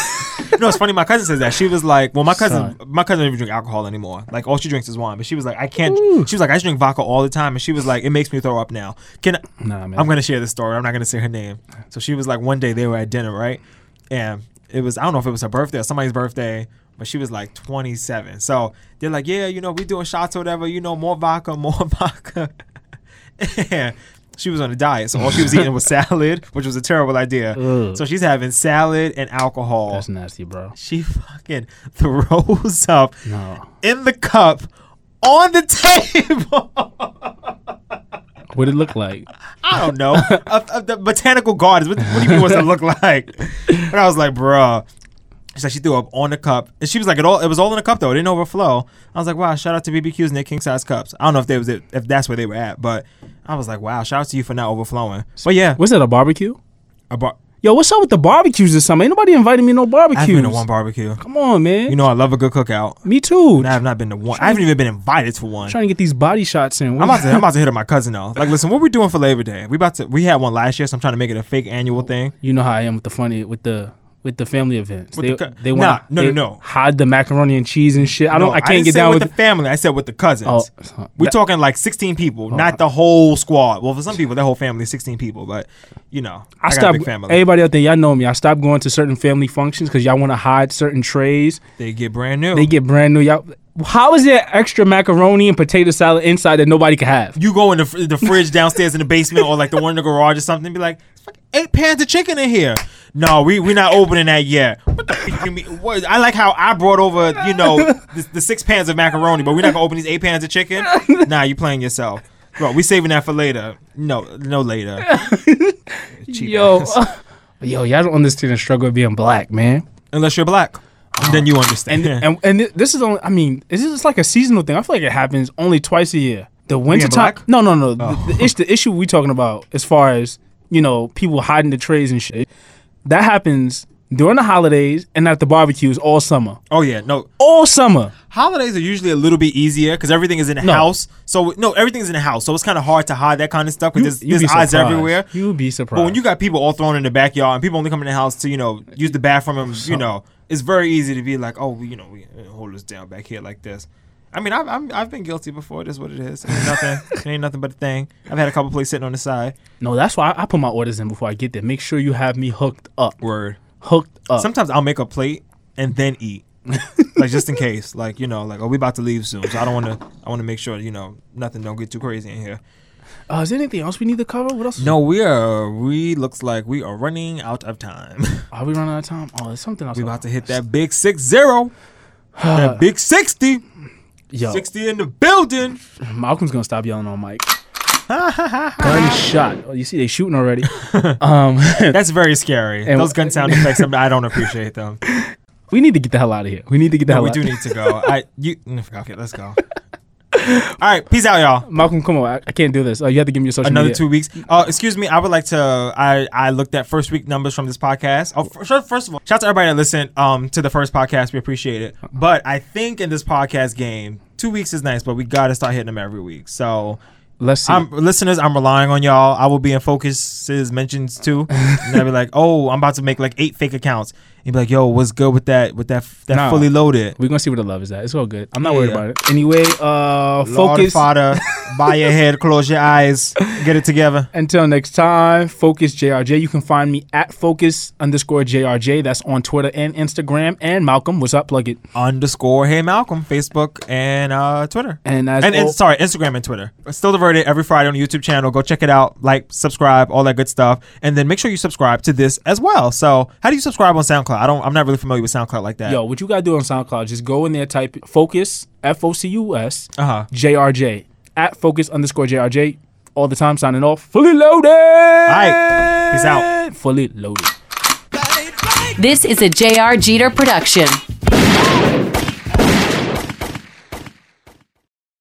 S7: You know, it's funny. My cousin says that. She was like, "Well, my cousin, my cousin doesn't even drink alcohol anymore. Like, all she drinks is wine." But she was like, "I can't." She was like, "I used to drink vodka all the time," and she was like, "It makes me throw up now." Can I,
S5: Nah, man.
S7: I'm gonna share this story. I'm not gonna say her name. So she was like, one day they were at dinner, right? And it was I don't know if it was her birthday or somebody's birthday, but she was like 27. So they're like, yeah, you know, we doing shots or whatever. You know, more vodka, more vodka. and she was on a diet, so all she was eating was salad, which was a terrible idea. So she's having salad and alcohol.
S5: That's nasty, bro.
S7: she fucking throws up
S5: No.
S7: in the cup on the table.
S5: What it look like?
S7: I don't know. A- a- the botanical gardens. What, what do you mean? What's it look like? And I was like, bruh. She's like, she threw up on the cup, and she was like, it all. It was all in a cup though. It didn't overflow. I was like, wow. Shout out to BBQs and their king size cups. I don't know if they was it, if that's where they were at, but I was like, wow. Shout out to you for not overflowing. But yeah,
S5: Was that a barbecue?
S7: a bar-
S5: Yo, what's up with the barbecues this summer? Ain't nobody inviting me to no barbecues.
S7: I've been to one barbecue.
S5: Come on, man.
S7: You know, I love a good cookout.
S5: me too.
S7: And I have not been to one. I haven't even been invited to one.
S5: trying to get these body shots in.
S7: I'm about to I'm about to hit up my cousin though. Like, listen, what we doing for Labor Day? We about to we had one last year, so I'm trying to make it a fake annual thing.
S5: you know how I am with the funny with the with the family events.
S7: With
S5: they
S7: the co-
S5: they
S7: Nah,
S5: want
S7: no, no, no.
S5: hide the macaroni and cheese and shit. I don't.
S7: No,
S5: I can't
S7: didn't
S5: get
S7: say
S5: down
S7: with
S5: with.
S7: the family. I said with the cousins.
S5: Oh,
S7: we
S5: that- Oh,
S7: talking like 16 people, not the whole squad. Well, for some people, their whole family is 16 people, but you know, I,
S5: I
S7: got
S5: stopped.
S7: a big family.
S5: Everybody out there, y'all know me. I stopped going to certain family functions because y'all want to hide certain trays.
S7: they get brand new.
S5: They get brand new. Y'all, how is there extra macaroni and potato salad inside that nobody can have?
S7: you go in the, fr- the fridge downstairs in the basement or like the one in the garage or something and be like, "It's fucking eight pounds of chicken in here. No, we we not opening that yet. What the fuck you mean? What- I like how I brought over, you know, the, the six pans of macaroni, but we're not gonna open these eight pans of chicken. Nah, you playing yourself. Bro, we saving that for later. No, no later. Cheap
S5: Yo,
S7: ass.
S5: yo, y'all don't understand the struggle of being black, man.
S7: unless you're black, then you understand.
S5: And and and thi- this is only. I mean, this is like a seasonal thing. I feel like it happens only twice a year. The winter time.
S7: black? Oh.
S5: No, no, no. The, the, ish- the issue we talking about, as far as you know, people hiding the trays and shit, that happens during the holidays and at the barbecues all summer.
S7: oh yeah, no.
S5: All summer.
S7: Holidays are usually a little bit easier because everything is in the
S5: No.
S7: house. So no, everything's in the house. So it's kind of hard to hide that kind of stuff because
S5: You- you'd
S7: there's, there's
S5: be
S7: eyes
S5: surprised.
S7: everywhere.
S5: You'd be surprised.
S7: But when you got people all thrown in the backyard and people only come in the house to, you know, use the bathroom and, you know, it's very easy to be like, oh, we- you know, we uh, hold us down back here like this. I mean, I've, I'm, I've been guilty before. That's what it is. It ain't nothing. it ain't nothing but a thing. I've had a couple plates sitting on the side.
S5: no, that's why I, I put my orders in before I get there. Make sure you have me hooked up.
S7: Word.
S5: Hooked up.
S7: Sometimes I'll make a plate and then eat, like just in case. Like you know, like oh, we about to leave soon, so I don't want to. I want to make sure you know nothing don't get too crazy in here.
S5: uh, is there anything else we need to cover? What else?
S7: No, we are. We looks like we are running out of time.
S5: Are we running out of time? Oh, there's something else.
S7: we about to hit that big six zero. That big sixty.
S5: Yo,
S7: 60 in the building.
S5: Malcolm's gonna stop yelling on Mike. Gunshot. Oh, you see, they shooting already. um,
S7: That's very scary.
S5: And-
S7: Those gun sound effects, I'm- I don't appreciate them.
S5: we need to get the hell out of here. We need to get the
S7: No,
S5: hell
S7: we
S5: out.
S7: do need to go. I you mm, okay, let's go. All right, peace out, y'all.
S5: Malcolm, come on. I, I can't do this. Oh, you have to give me your social
S7: Another
S5: media.
S7: two weeks. Uh, excuse me. I would like to. I I looked at first week numbers from this podcast. Oh, first, first of all, shout out to everybody that listened um to the first podcast. We appreciate it. But I think in this podcast game, two weeks is nice, but we gotta start hitting them every week. So
S5: Let's see.
S7: I'm listeners. I'm relying on y'all. I will be in focuses mentions too. and I'll be like, oh, I'm about to make like eight fake accounts. And be like, yo, what's good with that? With that that
S5: Nah.
S7: fully loaded.
S5: We're gonna see where the love is at. It's all good. I'm not worried
S7: Yeah.
S5: about it. Anyway, uh,
S7: Lord
S5: focus.
S7: Father, bow your head, close your eyes, get it together.
S5: Until next time, Focus JRJ. You can find me at Focus underscore JRJ. That's on Twitter and Instagram. And Malcolm, what's up? Plug it.
S7: Underscore Hey Malcolm, Facebook and uh, Twitter.
S5: And as
S7: and, and
S5: al-
S7: sorry, Instagram and Twitter. Still diverted every Friday on the YouTube channel. Go check it out, like, subscribe, all that good stuff, and then make sure you subscribe to this as well. So, how do you subscribe on SoundCloud? I don't. I'm not really familiar with SoundCloud like that.
S5: Yo, what you gotta do on SoundCloud? Just go in there, type Focus F O C U S
S7: Uh-huh.
S5: JRJ at Focus underscore JRJ. All the time signing off. Fully loaded. All right,
S7: Peace out.
S5: Fully loaded.
S6: This is a JR Jeter production.